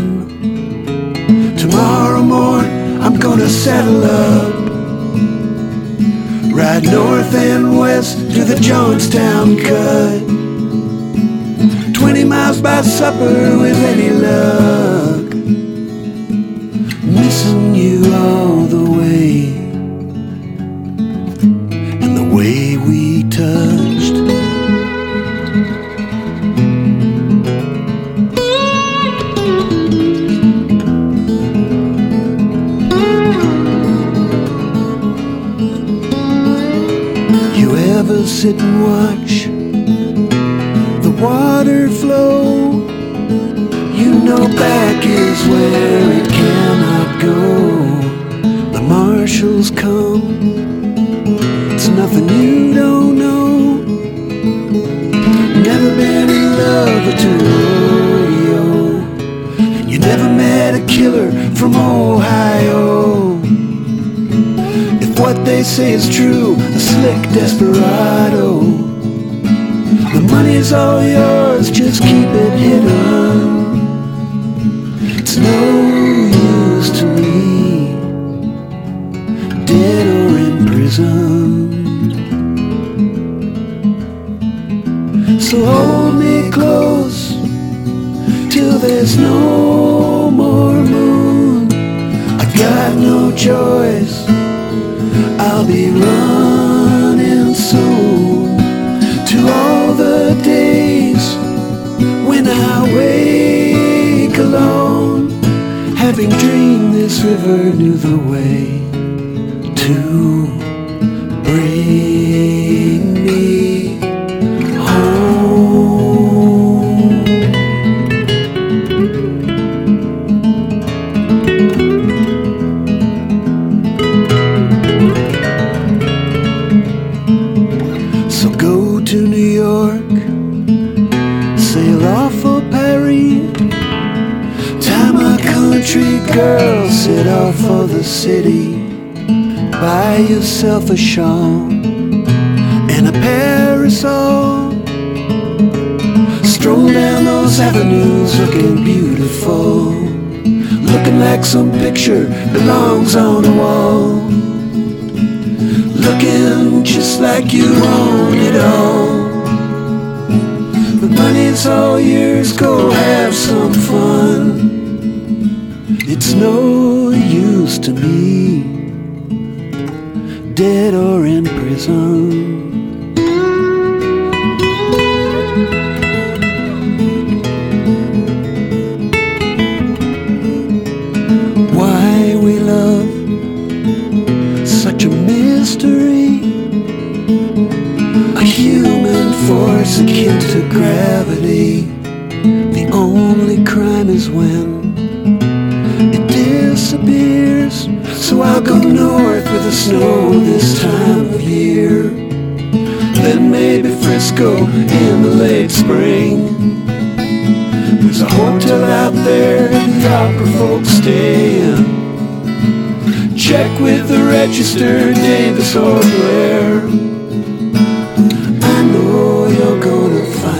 Tomorrow morn, I'm gonna settle up. Ride north and west to the Johnstown cut. Twenty miles by supper with any luck. Missing you all the way. And the way we touched. You ever sit and watch water flow. You know back is where it cannot go. The marshals come. It's nothing you don't know. Never been in love with rodeo. And you never met a killer from Ohio. If what they say is true, a slick desperado. The money's all yours, just keep it hidden. It's no use to me, dead or in prison. So hold me close till there's no more moon. I got no choice. I'll be running soon to all the days when I wake alone, having dreamed this river knew the way to bring me home. So go to New York, sail off for Paris. Time a country girl, set off for the city. Buy yourself a shawl and a parasol. Stroll down those avenues looking beautiful. Looking like some picture belongs on a wall looking just like you own it all. The money's all yours, go have some fun. It's no use to me, dead or in prison. Why we love such a mystery. A human force akin to gravity. The only crime is when it disappears. So I'll go north with the snow this time of year. Then maybe Frisco in the late spring. There's a hotel out there the opera folks stay in. Check with the register, Davis or Blair. I know you're gonna find.